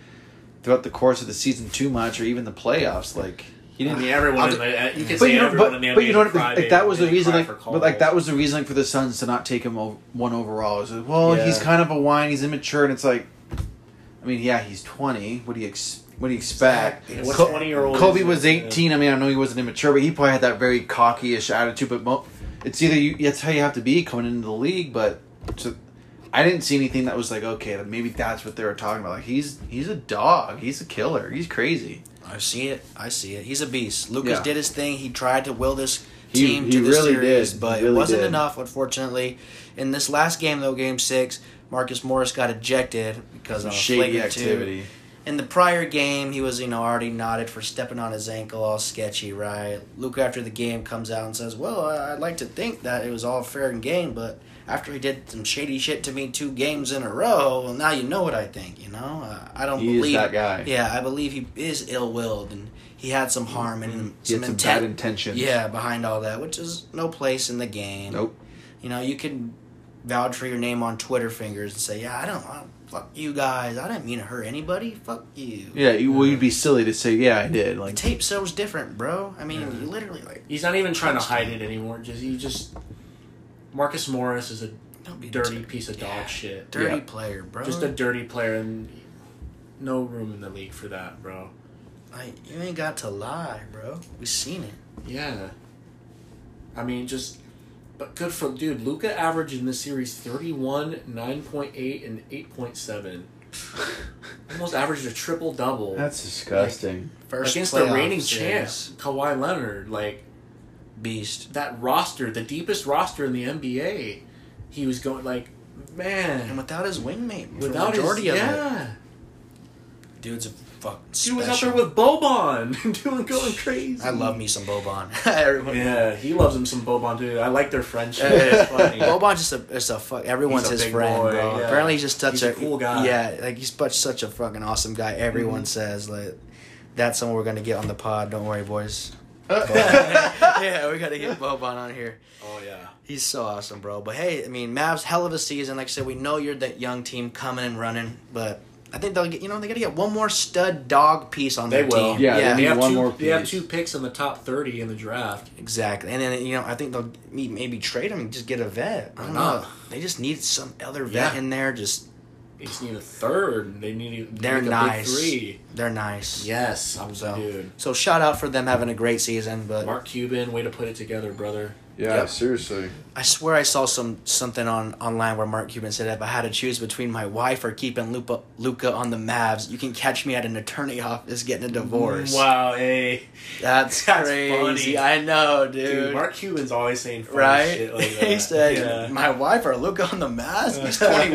throughout the course of the season too much or even the playoffs. Like he I didn't. mean, everyone I'll in the, you can but say you know, everyone but, in the NBA but you know what? is a crybaby Like that was the and they reason. cry Like, for but like that calls. was the reason like for the Suns to not take him o- one overall. It was like, well, Yeah. he's kind of a whine. He's immature, and it's like, I mean, yeah, he's twenty. What do you ex- What do you expect? Exactly. What's Co- 20-year-old Kobe is- was eighteen. I mean, I know he wasn't immature, but he probably had that very cocky-ish attitude. But mo- it's either you. That's how you have to be coming into the league. But to, I didn't see anything that was like, okay, then maybe that's what they were talking about. Like he's he's a dog. He's a killer. He's crazy. I see it. I see it. He's a beast. Lucas Yeah. did his thing. He tried to will this He- team he to the really series, did. but He really it wasn't did. enough, unfortunately. In this last game, though, Game Six, Marcus Morris got ejected because of a Shady flagrant two. activity. In the prior game, he was, you know, already knotted for stepping on his ankle, all sketchy, right? Luke, after the game, comes out and says, "Well, I- I'd like to think that it was all fair and game, but after he did some shady shit to me two games in a row, well, now you know what I think. You know, uh, I don't He is believe that guy. Yeah, I believe he is ill-willed and he had some harm and some, He had some intent. bad intentions. Yeah, behind all that, which is no place in the game. Nope. You know, you can vouch for your name on Twitter fingers and say, "Yeah, I don't, I don't fuck you guys. I didn't mean to hurt anybody. Fuck you." Yeah, you, well, you'd be silly to say, yeah, I did. Like, Tape shows different, bro. I mean, you literally like He's not even trying to hide it anymore. Just he just Marcus Morris is a don't be dirty dirty, piece of Yeah. dog shit. dirty Yeah. player, bro. Just a dirty player and no room in the league for that, bro. like, you ain't got to lie, bro. We seen it. Yeah. I mean, just but good for dude. Luca averaged in this series thirty one, nine point eight, and eight point seven. Almost averaged a triple double that's disgusting. First against the playoff reigning series. champs, Kawhi Leonard. Like beast. that roster, the deepest roster in the NBA. He was going like, And man, without his wingmate, for without his the majority of it, yeah, dude's a fucking. she was out special. there with Boban doing going crazy. I love me some Boban. Everyone, Yeah, he loves him some Boban too. I like their friendship. Hey, It's funny. Boban just a, it's a fuck. Everyone's He's a his big friend, boy, bro. yeah. Apparently, he's just such He's a cool guy. Mm-hmm. Yeah, like he's such such a fucking awesome guy. Everyone says like, that's someone we're gonna get on the pod. Don't worry, boys. Uh, yeah, we gotta get Boban on here. Oh yeah. He's so awesome, bro. But hey, I mean, Mavs hell of a season. Like I said, we know you're that young team coming and running, but I think they'll get you know they gotta get one more stud dog piece on They their will. team. Yeah, They Need have, one two, more they have piece. two picks in the top 30 in the draft. Exactly, and then you know I think they'll me- maybe trade him and just get a vet. I don't not? know. They just need some other vet Yeah. in there. Just They just need a third. They need, they they're need nice. a big three. They're nice. Yes, I'm So dude. so shout out for them having a great season. But Mark Cuban, way to put it together, brother. Yeah, Yep. seriously. I swear I saw some something on online where Mark Cuban said if I had to choose between my wife or keeping Lupa, Luca on the Mavs, you can catch me at an attorney office getting a divorce. Wow, hey. that's, That's crazy. funny. I know, dude. Dude, Mark Cuban's always saying funny Right? shit like that. he said, yeah. "My wife or Luca on the mask. He's 21.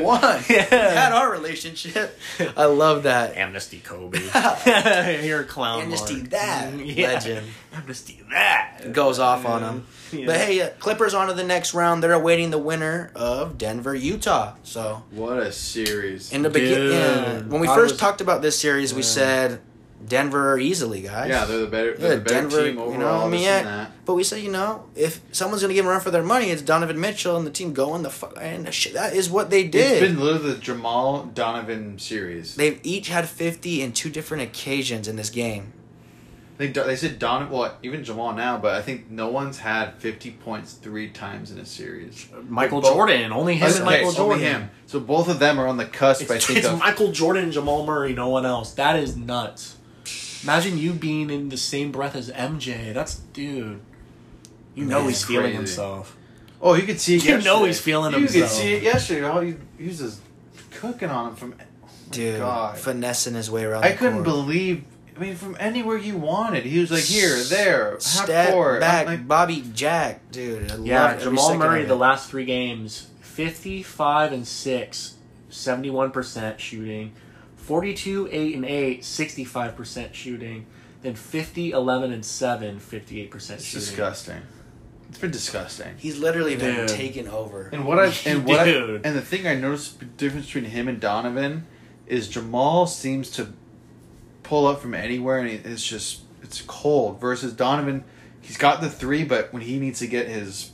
We had our relationship. I love that. Amnesty Kobe. You're a clown. Amnesty Mark. that Yeah. legend Amnesty that. goes off on him. Yeah. But hey, uh, Clippers on to the next round. They're awaiting the winner of Denver, Utah. So What a series. in the beginning, Dude, when we I first was- talked about this series, we Yeah. said Denver easily, guys. yeah, they're the better, they're Yeah, the better Denver, team you know overall. what I mean? this Yeah. and that. But we said, you know, if someone's gonna give a run for their money, it's Donovan Mitchell and the team going the fuck. And shit, that is what they did. It's been literally the Jamal Donovan series. They've each had 50 in two different occasions in this game. They, do- they said Donovan, well, even Jamal now, but I think no one's had 50 points three times in a series. Michael Both- Jordan. Only him Okay, and Michael only Jordan. him. So both of them are on the cusp, It's, I think, it's of. Michael Jordan and Jamal Murray, no one else. That is nuts. Imagine you being in the same breath as MJ. That's dude. You know Man, he's feeling crazy. himself. oh, you could see it You know yesterday. he's feeling you himself. could see it yesterday. How he, he was just cooking on him from. Dude, God. finessing his way around. I the couldn't court. believe. I mean, from anywhere you wanted, he was like here, there, half Step court. I'm back, like, Bobby Jack, dude. I Yeah, love Jamal Murray, the last. last three games 55 and 6, 71% shooting, 42, 8 and 8, 65% shooting, then 50, 11 and 7, 58% shooting. It's disgusting. It's been disgusting. He's literally been Dude. taken over. And what I and what I, Dude. and the thing I noticed the difference between him and Donovan is Jamal seems to pull up from anywhere and it's just it's cold versus Donovan he's got the three, but when he needs to get his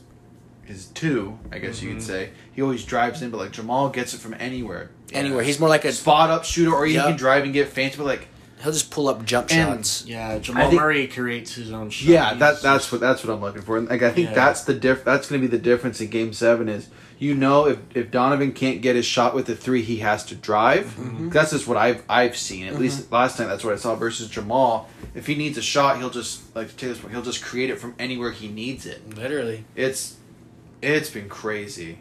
his two, I guess you Mm-hmm. could say, he always drives in. But like Jamal gets it from anywhere, Anywhere he's more like a spot up shooter, or Yep. he can drive and get fancy. But like, he'll just pull up jump And- shots. Yeah, Jamal think- Murray creates his own shot. yeah, that He's- that's what that's what I'm looking for. And like, I think Yeah. that's the diff. That's going to be the difference in Game Seven is you know if if Donovan can't get his shot with the three, he has to drive. That's just what I've I've seen. At least last time, that's what I saw. Versus Jamal, if he needs a shot, he'll just like to take this one. He'll just create it from anywhere he needs it. Literally. It's it's been crazy.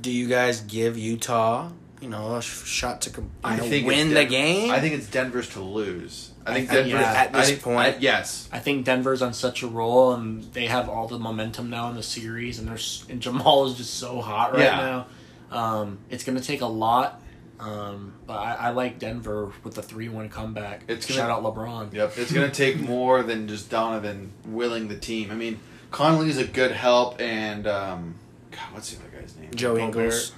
Do you guys give Utah, you know, a sh- shot to com- you I know, think it's win the Denver- game? I think it's Denver's to lose. I think I- Denver's yeah, at I this think- point. I- yes, I think Denver's on such a roll, and they have all the momentum now in the series, and there's and Jamal is just so hot right Yeah. now. Um, it's gonna take a lot, um, but I, I like Denver with the three-one comeback. It's gonna- shout out LeBron. yep. It's gonna take more than just Donovan willing the team. I mean, Conley's a good help, and um, God, what's the other guy's name? Joe Gobert. Ingles,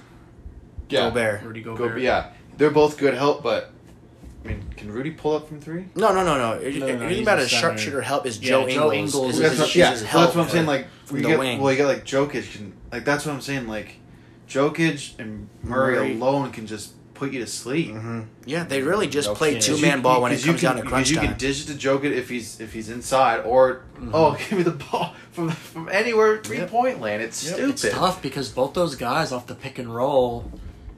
yeah, Gobert. Rudy Go- Gobert. yeah, they're both good help, but I mean, can Rudy pull up from three? No, no, no, no. If no, you're no, thinking he's about the a center. sharpshooter help is Yeah, Joe Joe Ingles. Ingles Is is That's his- a- what, is yeah, his that's help what I'm saying. for- Like we the get, wing. well, you get like Jokic can, like that's what I'm saying. Like Jokic and Murray, Murray. alone can just put you to sleep. Mm-hmm. yeah, they really just No play kidding. two Because man mm-hmm. you- ball when it because you comes can- down to because crunch you time. Mm-hmm. can dish it to Jokic if he's if he's inside, or oh, give me the ball from from anywhere three point land. It's stupid. It's tough because both those guys off the pick and roll,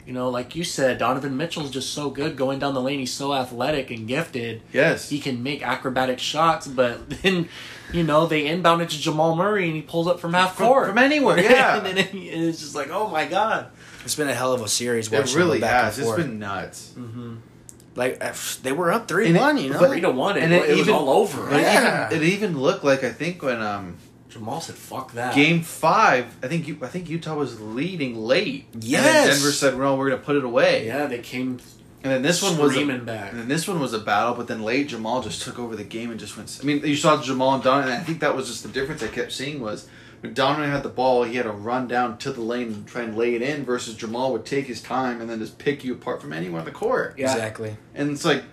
you know, like you said, Donovan Mitchell's just so good going down the lane. He's so athletic and gifted. Yes, He can make acrobatic shots, but then, you know, they inbound it to Jamal Murray and he pulls up from half From- court. from anywhere, yeah. and then he- and it's just like, oh my God. It's been a hell of a series. it Watching really them back has. It's And forth. been nuts. Mm-hmm. like uh, pff, they were up three And it- one. You know, but- Three to one, it, And it it was even- all over. But it, Yeah. even, it even looked like I think when um Jamal said, fuck that. game five, I think you, I think Utah was leading late. And then Yes. Denver said, "Well, we're gonna put it away." Yeah, they came. And then this one was a, Mm. Screaming back. And then this one was a battle, but then late Jamal just took over the game and just went. I mean, you saw Jamal and Donovan. And I think that was just the difference I kept seeing was when Donovan had the ball, he had to run down to the lane and try and lay it in. Versus Jamal would take his time and then just pick you apart from anywhere on the court. Yeah. exactly. And it's like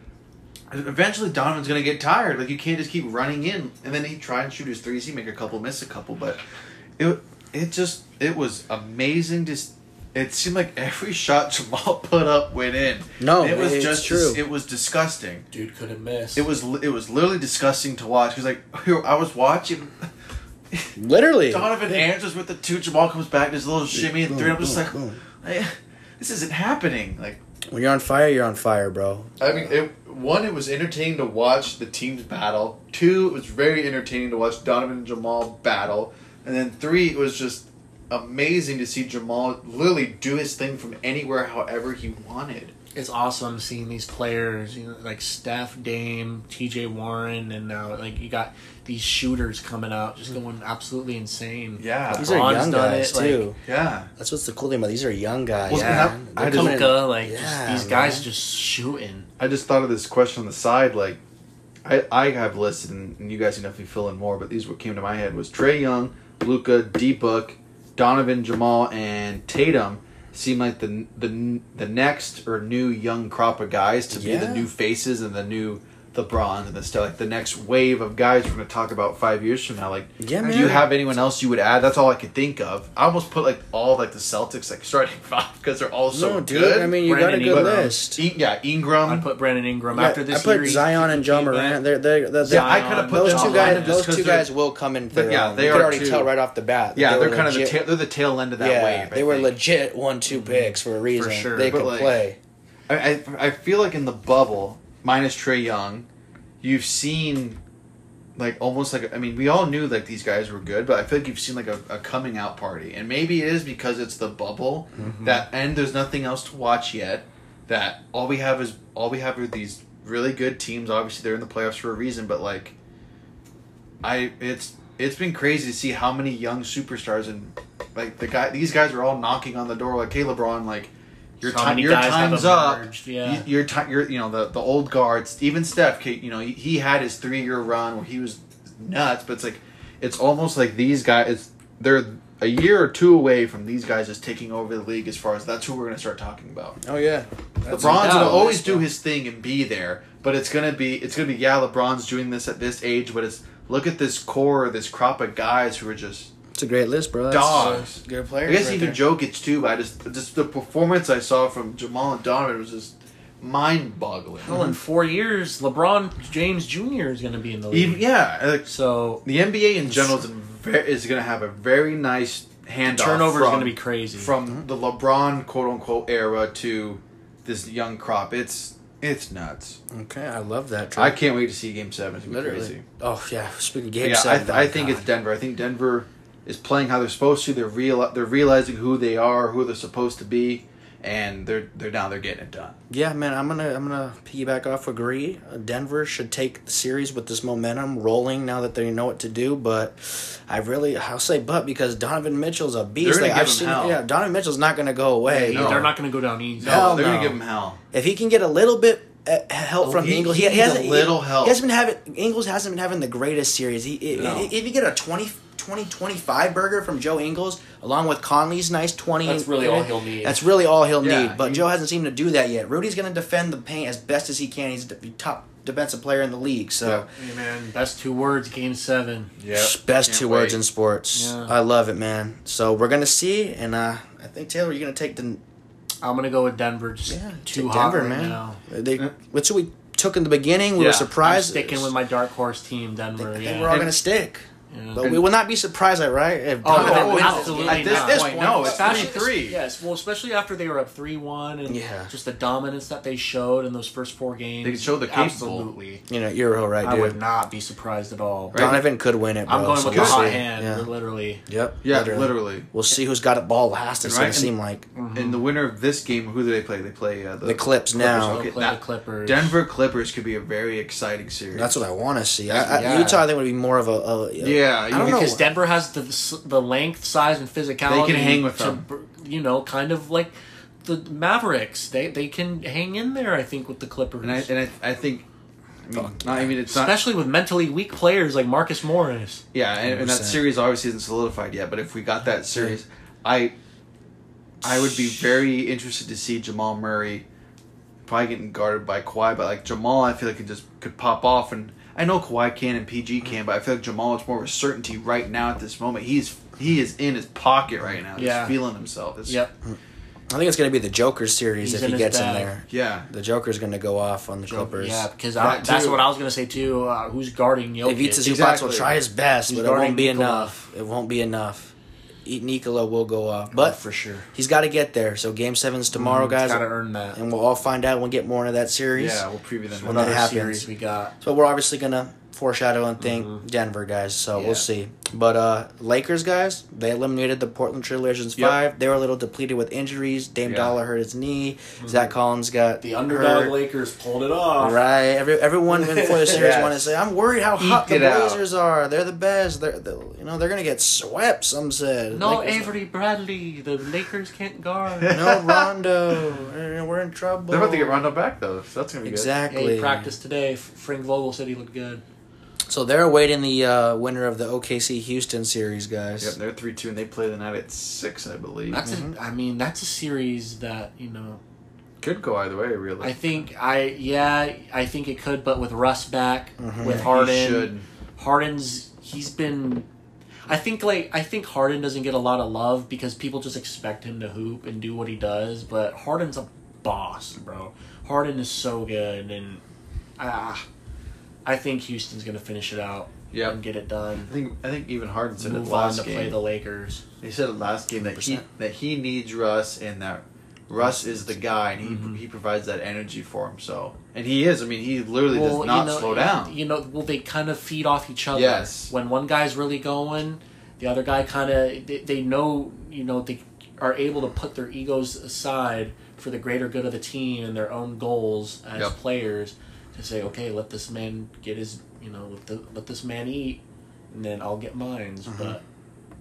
eventually Donovan's gonna get tired. Like you can't just keep running in. And then he tried and shoot his threes. He make a couple, miss a couple, but it it just it was amazing. Just it seemed like every shot Jamal put up went in. No, it was it's just true. It was disgusting. Dude couldn't miss. It was li- it was literally disgusting to watch because like I was watching Literally, Donovan answers with the two. Jamal comes back, does a little shimmy and three. I'm just like, boom. "Hey, this isn't happening. Like when you're on fire, you're on fire, bro. I mean, it, one, it was entertaining to watch the teams battle. Two, it was very entertaining to watch Donovan and Jamal battle. And then three, it was just amazing to see Jamal literally do his thing from anywhere, however he wanted. it's awesome seeing these players, you know, like Steph, Dame, T.J. Warren, and now like you got these shooters coming out, just Mm. going absolutely insane. Yeah. These are LeBron's young done guys it, like- too. Yeah. That's what's the cool thing about these are young guys. Well, yeah, and I- I They're just- coming in- Kuka, like Yeah, just, these guys man. just shooting. I just thought of this question on the side. Like, I, I have listed, and, and you guys can definitely fill in more, but these what came to my head was Trey Young, Luca, D Book, Donovan, Jamal, and Tatum seem like the the the next or new young crop of guys to be Yeah. the new faces and the new the bronze and the stuff like the next wave of guys we're going to talk about five years from now. Like, Yeah, do man. you have anyone else you would add? That's all I could think of. I almost put like all like the Celtics like starting five because they're all so no, dude. good. I mean, you Brandon got a good Ingram. list. In- yeah, Ingram. I put Brandon Ingram Yeah, after this. I put series, Zion he and John came back. Moran. They're, they're, they're, Yeah, I Zion. could have put those them two all lined guys. up just Those 'cause two they're- guys will come in. But Their yeah, own. they you could are already too. tell right off the bat. that Yeah, they they're were kind legit- of the tail, they're the tail end of that yeah, wave. I they were think. legit one-two picks for a reason. sure. They But, could like, play. I, I I feel like in the bubble, minus Trey Young, you've seen like almost like I mean we all knew like these guys were good, but I feel like you've seen like a, a coming out party, and maybe it is because it's the bubble that and there's nothing else to watch yet. That all we have is all we have are these really good teams. Obviously, they're in the playoffs for a reason, but like, I it's it's been crazy to see how many young superstars and like the guy these guys are all knocking on the door like hey LeBron like your So time many your guys have time's up emerged, yeah. Y- your time your you know the the old guards even Steph Kate you know he, he had his three year run where he was nuts but it's like it's almost like these guys it's, they're a year or two away from these guys just taking over the league as far as that's who we're gonna start talking about Oh yeah, LeBron's gonna undoubtedly always do so. his thing and be there, but it's gonna be it's gonna be yeah, LeBron's doing this at this age, but it's look at this core, this crop of guys who are just It's a great list, bro. That's Dogs. Good players. I guess right even there. Joe Jokic too, but I just just the performance I saw from Jamal and Donovan was just mind boggling. Well, in four years, LeBron James Jr. is going to be in the league. Even yeah, like, So the NBA in general is, in ver- is going to have a very nice handoff. turnover is from- going to be crazy. from the LeBron quote unquote era to this young crop. It's it's nuts. Okay, I love that. I Trey. can't wait to see Game Seven. It's gonna be literally. crazy. Oh yeah, speaking of But game yeah, I, seven, th- I think it's Denver. I think Denver is playing how they're supposed to. They're real. They're realizing who they are, who they're supposed to be, and they're they're now they're getting it done. yeah, man. I'm gonna I'm gonna piggyback off agree. Uh, Denver should take the series with this momentum rolling now that they know what to do. But I really I'll say but because Donovan Mitchell's a They're gonna beast. Like, give I've him seen, hell. yeah, Donovan Mitchell's not gonna go away. no. They're not going to go down easy. No. Hell they're gonna give him hell. If he can get a little bit uh, help Oh, from he- Ingles, he he, needs a hasn't he- little help. He hasn't been having Ingles hasn't been having the greatest series. He, i- No. i- if you get a 20, 20 25 burger from Joe Ingles along with Conley's nice twenty, That's really all he'll need. That's really all he'll Yeah, need. But he- Joe hasn't seemed to do that yet. Rudy's going to defend the paint as best as he can. He's the top defensive player in the league. So Hey, man, best two words, game seven. Yeah, best two words in sports. Yeah. I love it, man. So we're gonna see, and uh, I think Taylor, you're gonna take the I'm going to go with Denver. Just yeah, too take hot Denver, right man. Uh, now. They, that's what we took in the beginning. We Yeah, were I'm Uh, I'm surprised. sticking with my dark horse team, Denver. I think yeah. we're all going to stick. Yeah. But we will not be surprised, right? If Oh, Donovan no, wins- absolutely At this- not. this point, no, it's Especially- 3-3. Yes, well, especially after they were up three one and Yeah. just the dominance that they showed in those first four games. They showed they're capable. absolutely. You know, you're all right, I would dude. not be surprised at all. Right. Donovan could win it, bro. I'm going so with we'll the hot see. hand, Yeah. literally. Mm. Yep. Yeah, literally. We'll see who's got it ball last. It's Right, going and- to seem like And the winner of this game, who do they play? They play uh, the, The Clips now. They'll play now- the Clippers. Denver Clippers could be a very exciting series. that's what I want to see. I, I, Yeah. Utah, I think, would be more of a. a Yeah, I don't know. because Denver has the the length, size, and physicality. They can hang with to them. br- You know, kind of like the Mavericks. They they can hang in there. I think with the Clippers, and I and I, I think. I mean, not, I mean, it's not. especially with mentally weak players like Marcus Morris. Yeah, and, and that 100%. series obviously isn't solidified yet. But if we got that series, I, I would be very interested to see Jamal Murray, probably getting guarded by Kawhi. But like Jamal, I feel like it just could pop off. And I know Kawhi can and PG can, but I feel like Jamal is more of a certainty right now at this moment. He's he is in his pocket right now. Yeah. He's feeling himself. It's, Yep. I think it's going to be the Joker series He's if in he his gets in bag. there. Yeah. The Joker's going to go off on the Clippers. Yeah, because I, That that's too. what I was gonna say too. Uh, who's guarding Jokic? Ivica Zubac Exactly. will try his best, He's but it won't guarding be Nikola. enough. It won't be enough. E- Nikola will go off, but for sure. he's got to get there. So game seven's tomorrow, guys, Mm, gotta earn that. and we'll all find out. We'll get more into that series. Yeah, we'll preview them. When Well, that Another happens. series we got. So we're obviously gonna foreshadow and think Denver guys. So Mm-hmm. Yeah. we'll see. But uh Lakers guys, they eliminated the Portland Trailblazers Yep. five. They were a little depleted with injuries. Dame Yeah. Mm-hmm. Dollar hurt his knee. Zach Collins got The underdog hurt. Lakers pulled it off. Right, Every, everyone before the series Yes. wanted to say, "I'm worried how hot the it out. Blazers are. They're the best. They're, they you know they're gonna get swept." Some said, No Lakers- Avery Bradley. The Lakers can't guard. no Rondo. Eh, We're in trouble." They're about to get Rondo back though, so that's gonna be Yeah, Exactly. he practiced today. F- Frank Vogel said he looked good. So they're awaiting the uh, winner of the OKC Houston series, guys. good. Yep, they're three two, and they play the night at six, I believe. That's a, I mean, that's a series that you know. Could go either way, really. I think I yeah, I think it could, but with Russ back, Mm-hmm. with He Harden, should. Harden's he's been. I think like I think Harden doesn't get a lot of love because people just expect him to hoop and do what he does, but Harden's a boss, bro. Harden is so good, and ah, I think Houston's gonna finish it out Yep. and get it done. I think I think even Harden said it Move on last to game. play the Lakers. He said it last game that he 100%. that he needs Russ and that Russ is the guy and he Mm-hmm. he provides that energy for him. So and he is. I mean, he literally does not you know, slow down. You know, well, they kind of feed off each other. Yes. When one guy's really going, the other guy kind of they, they know you know they are able to put their egos aside for the greater good of the team and their own goals as Yep. players to say, okay, let this man get his you know let, the, let this man eat, and then I'll get mine. Mm-hmm. But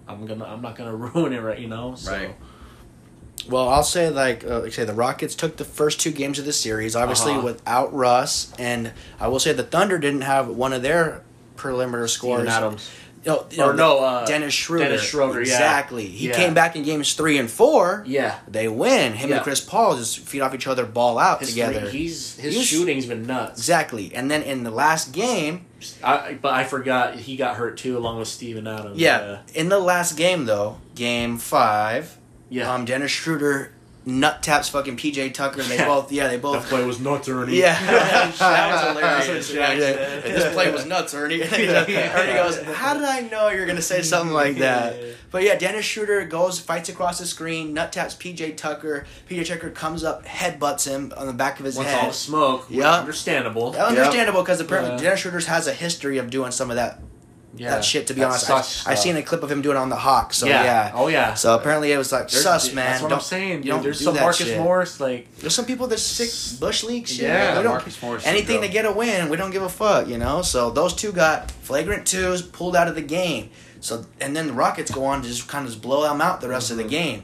I'm gonna I'm not gonna ruin it right you know so. Right. Well, I'll say like uh, like I say the Rockets took the first two games of the series, obviously Uh-huh. without Russ, and I will say the Thunder didn't have one of their perimeter Steven scorers. Adams. No, Or no, uh, Dennis Schroeder. Dennis Schroeder, yeah. Exactly. He Yeah. came back in games three and four. Yeah. They win. Him Yeah. and Chris Paul just feed off each other, ball out His together. free- he's his He's- shooting's been nuts. exactly. And then in the last game, I, but I forgot he got hurt too, along with Steven Adams. yeah, Uh, in the last game though, game five, yeah. um, Dennis Schroeder nut taps fucking PJ Tucker. And they Yeah. both, yeah, they both. play was nuts, Ernie. Yeah, that was hilarious. That's what Jack Yeah, said. This play was nuts, Ernie. Ernie goes, "How did I know you were gonna say something like that?" But yeah, Dennis Schroeder goes, fights across the screen, nut taps PJ Tucker. PJ Tucker comes up, headbutts him on the back of his Once head. all the smoke, Yeah. understandable. Understandable because apparently Yeah. Dennis Schroeder has a history of doing some of that yeah. that shit. To be That honest, sucks I, I've stuff. seen a clip of him doing it on the Hawk. So yeah. yeah. Oh yeah. So apparently it was like There's- sus, man. That's what don't, I'm saying. you Dude. don't There's do some that Marcus shit. Morris like There's some people that's sick bush league shit. Yeah, they don't, Marcus Morris anything syndrome. to get a win. We don't give a fuck, you know. So those two got flagrant twos pulled out of the game. So and then the Rockets go on to just kind of just blow them out the rest Mm-hmm. of the game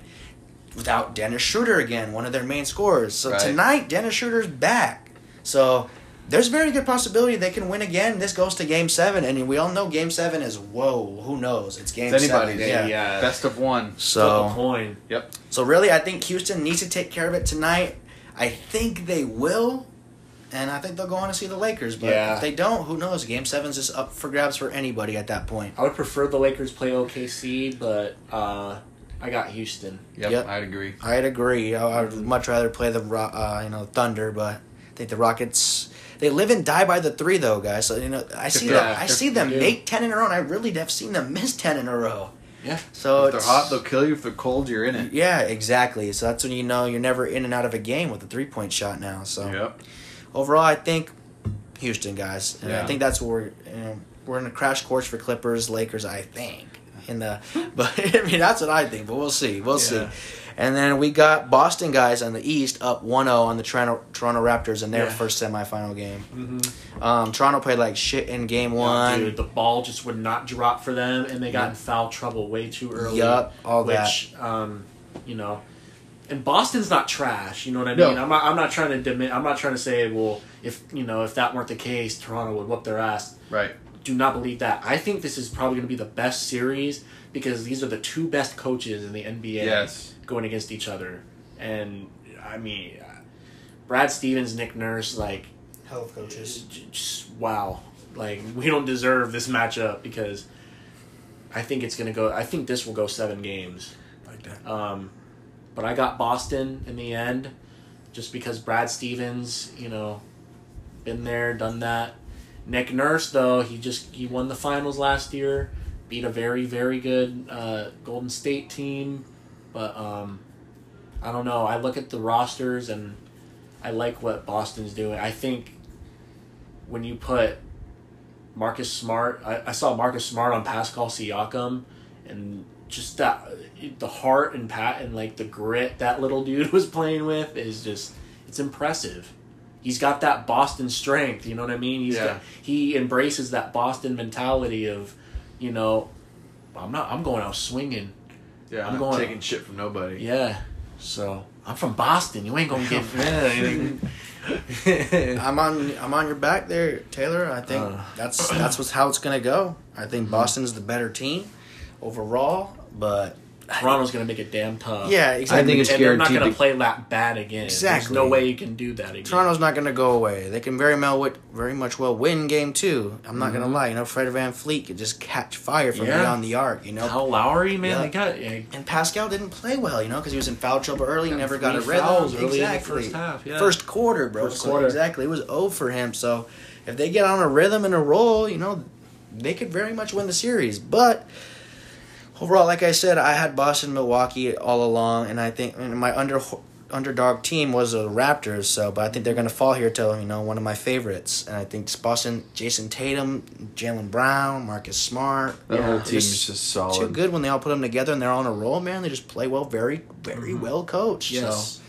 without Dennis Schroeder again, one of their main scorers. So Right. tonight Dennis Schroeder's back. So there's very good possibility they can win again. This goes to Game Seven, and we all know Game Seven is whoa. Who knows? It's Game It's anybody's. Seven. Yeah. yeah. Best of one. So flip a coin. Yep. so really, I think Houston needs to take care of it tonight. I think they will, and I think they'll go on to see the Lakers. But Yeah. if they don't, who knows? Game seven's just up for grabs for anybody at that point. I would prefer the Lakers play OKC, but uh, I got Houston. Yep. Yep. I'd agree. I'd agree. I, I'd much rather play the Ro- uh, you know Thunder, but I think the Rockets. They live and die by the three, though, guys. So you know, I see they're- them. I if see them they do. make ten in a row, and I really have seen them miss ten in a row. Yeah. So if they're it's- hot, they'll kill you. If they're cold, you're in it. Yeah, exactly. So that's when you know you're never in and out of a game with a three point shot now. So Yep. overall, I think Houston guys, and I Yeah. think that's where we're you know, we're in a crash course for Clippers, Lakers. I think in the, but I mean that's what I think. But we'll see, we'll Yeah. see. And then we got Boston guys on the East up 1-0 on the Toronto, Toronto Raptors in their Yeah. first semifinal game. Mm-hmm. Um, Toronto played like shit in game one. Oh, Dude, the ball just would not drop for them, and they got in foul trouble way too early. Yup, all which, um, you know, and Boston's not trash. You know what I No. mean? I'm not. I'm not trying to. Dimi- I'm not trying to say, well, if you know, if that weren't the case, Toronto would whoop their ass. Right. Do not believe that. I think this is probably going to be the best series because these are the two best coaches in the NBA Yes. going against each other, and I mean, Brad Stevens, Nick Nurse, like Health coaches. j- just wow. Like we don't deserve this matchup because I think it's gonna go. I think this will go seven games. Like that. Um, but I got Boston in the end, just because Brad Stevens, you know, been there, done that. Nick Nurse though, he just he won the finals last year, beat a very very good uh, Golden State team, but um, I don't know. I look at the rosters and I like what Boston's doing. I think when you put Marcus Smart, I, I saw Marcus Smart on Pascal Siakam, and just that the heart and pat and like the grit that little dude was playing with is just it's impressive. He's got that Boston strength, you know what I mean? He's Yeah. got, he embraces that Boston mentality of, you know, I'm not I'm going out swinging. Yeah. I'm I'm going- taking shit from nobody. Yeah. So, I'm from Boston. You ain't going to get I'm on I'm on your back there, Taylor. I think Uh. Mm-hmm. that's that's what's how it's gonna go. I think Boston's the better team overall, but Toronto's going to make it damn tough. yeah, I exactly. think it's and they're not guaranteed. going to to- play that bad again. There's Exactly. no way you can do that again. Toronto's not gonna go away. They can very well wit- very much well win game two. I'm not gonna lie. You know, Fred Van Fleet could just catch fire from Mm-hmm. Yeah. beyond the arc. You know, Kyle Lowry, man, Yeah. they got yeah, and Pascal didn't play well. You know, because he was in foul trouble early. never got a three red fouls early in the first half. Yeah. first quarter, bro. First So, quarter. exactly. It was 0 for him. So if they get on a rhythm and a roll, you know, they could very much win the series. But overall, like I said, I had Boston, Milwaukee all along, and I think and my under underdog team was the Raptors. So, but I think they're gonna fall here to you know one of my favorites, and I think it's Boston, Jason Tatum, Jalen Brown, Marcus Smart. That Yeah. whole team's Just just Too solid. good when they all put them together and they're on a roll, man. They just play well, very, very well coached. So. Mm-hmm. Yes.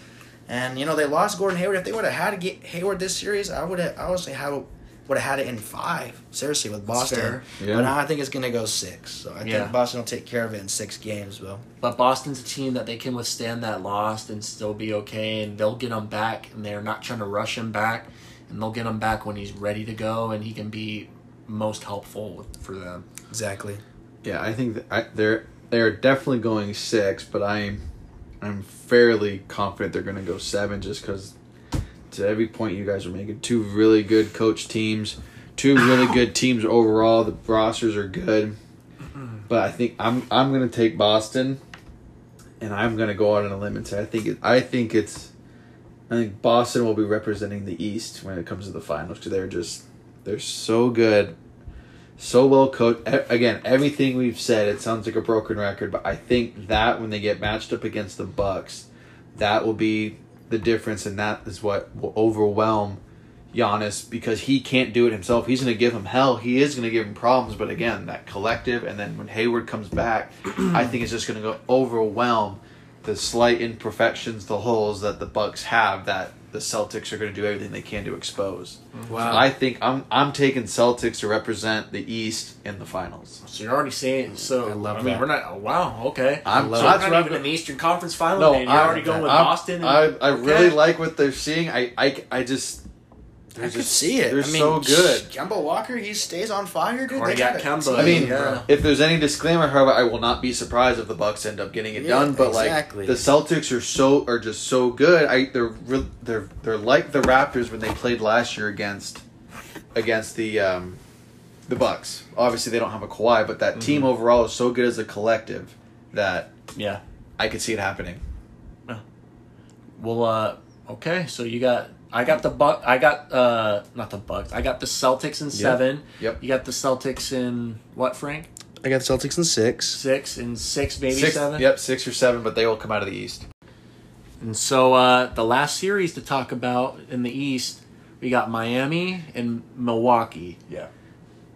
And you know they lost Gordon Hayward. If they would have had to get Hayward this series, I would have. I would say how would have had it in five. Seriously, with Boston. fair. Yeah. But now I think it's gonna go six. So I Yeah. think Boston will take care of it in six games, though. But Boston's a team that they can withstand that loss and still be okay, and they'll get him back, and they're not trying to rush him back, and they'll get him back when he's ready to go, and he can be most helpful with, for them. Exactly. Yeah, I think that I, they're they're definitely going six, but I'm I'm fairly confident they're going to go seven just because to every point you guys are making, two really good coach teams, two really good teams overall. The rosters are good, but I think I'm I'm going to take Boston, and I'm going to go out on a limb and say I think it, I think it's I think Boston will be representing the East when it comes to the finals because they're just they're so good so well coached. E- Again, everything we've said, it sounds like a broken record, but I think that when they get matched up against the Bucks, that will be the difference, and that is what will overwhelm Giannis because he can't do it himself. He's going to give him hell. He is going to give him problems, but again, that collective, and then when Hayward comes back, I think it's just going to go overwhelm the slight imperfections, the holes that the Bucks have that the Celtics are going to do everything they can to expose. Wow. I think I'm I'm taking Celtics to represent the East in the finals. So you're already saying so. I love love. I mean, that. we're not. Oh, wow. Okay. I'm- so that's we're what I'm not even in the Eastern Conference final. No, man. You're I'm- already going with I'm- Boston. and- I I really Okay. like what they're seeing. I I, I just I could see it. They're I mean, so good. Kemba Walker, he stays on fire, dude. Already They got gotta- Kemba. I mean, Yeah. if there's any disclaimer, however, I will not be surprised if the Bucks end up getting it Yeah, done. But like exactly. the Celtics are so are just so good. I they're re- they're they're like the Raptors when they played last year against against the um, the Bucks. Obviously, they don't have a Kawhi, but that team Mm-hmm. overall is so good as a collective that yeah. I could see it happening. Well, uh, okay. So you got. I got the buck. I got uh, not the Bucks. I got the Celtics in seven. Yep. You got the Celtics in what, Frank? I got the Celtics in six. Six and six, maybe six, seven. Yep, six or seven, but they will come out of the East. And so uh, the last series to talk about in the East, we got Miami and Milwaukee. Yeah.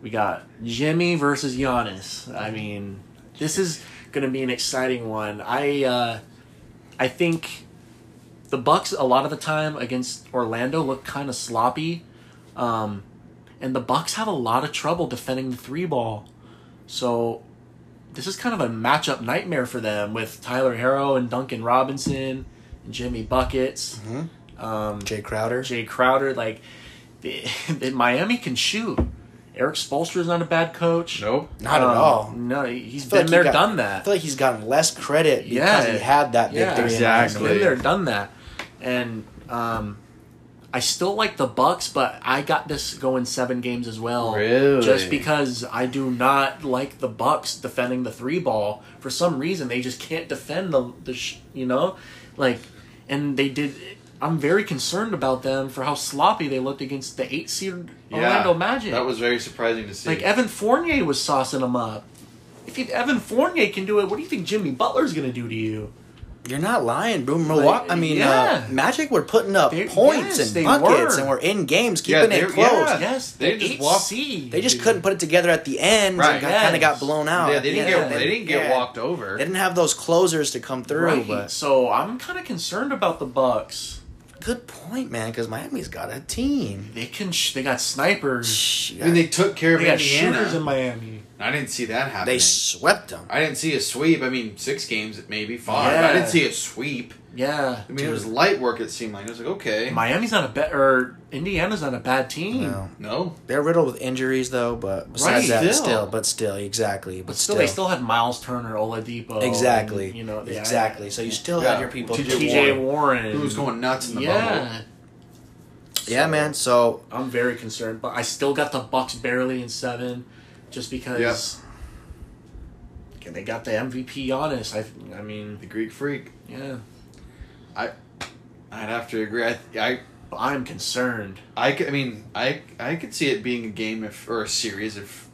We got Jimmy versus Giannis. I mean, this is going to be an exciting one. I uh, I think the Bucks a lot of the time against Orlando look kind of sloppy, um, and the Bucks have a lot of trouble defending the three ball. So this is kind of a matchup nightmare for them with Tyler Harrow and Duncan Robinson and Jimmy buckets. Mm-hmm. Um, Jay Crowder. Jay Crowder. Like, the, the Miami can shoot. Eric Spolster's not a bad coach. Nope. Not Um, at all. No, he's I feel been like he there, got- done I that. feel like he's gotten less credit because Yeah. he had that yeah, victory. in exactly. Miami. He's been there, done that. And um, I still like the Bucks, but I got this going seven games as well. Really? Just because I do not like the Bucks defending the three ball for some reason, they just can't defend the the sh- you know, like, and they did. I'm very concerned about them for how sloppy they looked against the eight seed Orlando Magic. That was very surprising to see. like Evan Fournier was saucing them up. If you, Evan Fournier can do it, what do you think Jimmy Butler's going to do to you? You're not lying, bro. Milwaukee. I mean, yeah. uh, Magic were putting up They- points yes, and they buckets, were. and were in games, Yeah, keeping they- it close. yeah. Yes, They the just eight walked- seed. They just couldn't put it together at the end. Right. and got, kind Yes. of got blown out. yeah, at they the didn't end. get they didn't get Yeah. walked over. They didn't have those closers to come through. Right. But So I'm kind of concerned about the Bucks. good point, man, because Miami's got a team. They can. Sh- they got snipers. Shh, I mean, they took care of They got shooters Indiana. in Miami. I didn't see that happening. they swept them. I didn't see a sweep. I mean, six games, maybe five. Yeah. I didn't see a sweep. Yeah. I mean, it was light work. It seemed like it was like okay, Miami's not a bad or Indiana's not a bad team. No. no, They're riddled with injuries, though. But besides Right, that, still. still. but still, exactly, but, But still, still, they still had Miles Turner, Oladipo. exactly, and, you know, they- exactly. so you still Yeah. have your people. TJ T.J. Warren. Warren. who was going nuts in the bubble? Yeah. Yeah, man. So I'm very concerned, but I still got the Bucks barely in seven, just because. And They got the MVP Giannis. I, I mean, The Greek Freak. yeah. I'd have to agree. I, I, But I'm concerned. I, c- I mean, I, I could see it being a game if or a series if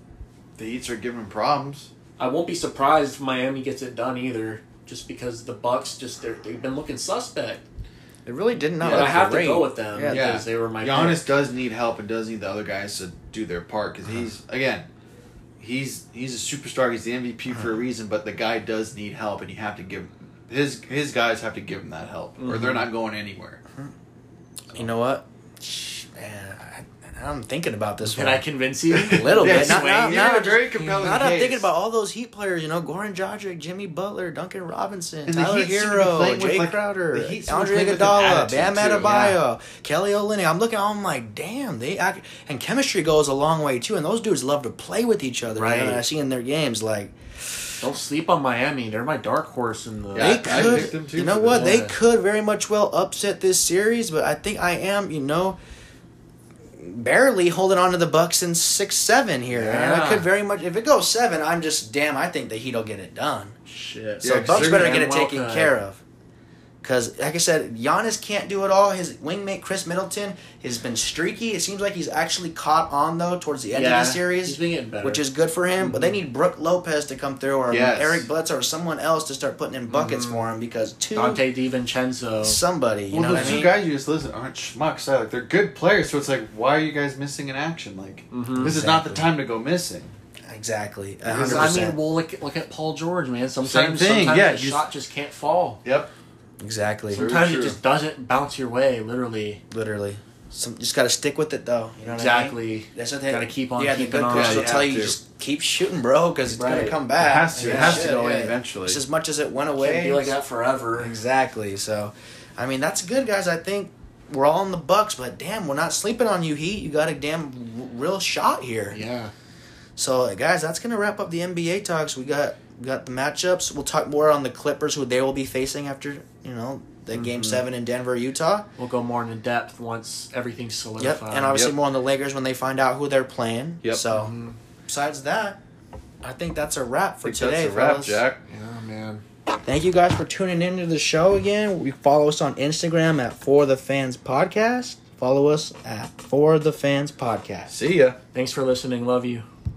the Heats are giving them problems. I won't be surprised if Miami gets it done either, just because the Bucks just they're, they've been looking suspect. it really didn't. Yeah, But I have great. to go with them Yeah. Yeah. because they were my Giannis does need help and does need the other guys to do their part because he's Uh-huh. again, he's he's a superstar. He's the MVP for a Uh-huh. reason, but the guy does need help, and you have to give his his guys have to give him Mm-hmm. that help, or they're not going anywhere. You know what? Shh, Man, I, I'm thinking about this Can one. I convince you? a little Yeah, bit. Not, swing. not, You had a not, very compelling not I'm case. thinking about all those Heat players, you know, Goran Dragic, Jimmy Butler, Duncan Robinson, And the Tyler Heat seem to be playing Hero, with, Jay like- Crowder, the Heat seem to Andre play with an Iguodala, attitude, Bam too, Adebayo, Kelly Olynyk. I'm looking, I'm like, damn, they act, and chemistry goes a long way too. And those dudes love to play with each other. Right. Right. I see in their games, like Don't sleep on Miami. They're my dark horse in the. Yeah, they I- I could, picked them, too, you know for what? this. They could very much well upset this series, but I think I am, you know, barely holding on to the Bucks in six seven here. And I Yeah. could very much, if it goes seven, I'm just damn. I think the Heat'll get it done. Shit. Yeah, So 'cause Bucks they're better gonna get it damn well taken could. care of. Because, like I said, Giannis can't do it all. His wingmate Chris Middleton has been streaky. It seems like he's actually caught on though towards the end Yeah, of the series, he's been getting better. which is good for him. But they need Brooke Lopez to come through, or Mm-hmm. Yes. Mm-hmm. Eric Bledsoe, or someone else to start putting in buckets for him. Because two Dante DiVincenzo. somebody, you well, know those what I two mean? guys you just listed aren't schmucks. Either. Like they're good players, so it's like, why are you guys missing in action? Like this is not the Mm-hmm. Exactly. time to go missing. exactly, a Because, hundred I mean, percent, well, look, look at Paul George, man. Sometimes, thing, sometimes yeah, the just- shot just can't fall. Yep. exactly, Very Sometimes it true. just doesn't bounce your way, literally. literally. Some just got to stick with it though. You know what I mean? Exactly. That's what they Gotta keep on Yeah, the keeping good on. coach Yeah, will you tell have you to. just keep shooting, bro, because it's gonna Right. come It back. has to. It Yeah, has shit, to go yeah. in eventually. Just as much as it went Can't away. be like that forever. Exactly. So, I mean, that's good, guys. I think we're all in the Bucks, but damn, we're not sleeping on you, Heat. You got a damn r- real shot here. Yeah. So, guys, that's gonna wrap up the NBA talks. We got we got the matchups. We'll talk more on the Clippers, who they will be facing after you know the Game Mm-hmm. Seven in Denver, Utah. We'll go more in depth once everything's Yep, solidified. and obviously Yep. more on the Lakers when they find out who they're playing. Yep. So, Mm-hmm. besides that, I think that's a wrap for I think today. that's a wrap, fellas. Jack. Yeah, man. Thank you guys for tuning into the show again. We follow us on Instagram at For the Fans Podcast. Follow us at For the Fans Podcast. See ya. Thanks for listening. Love you.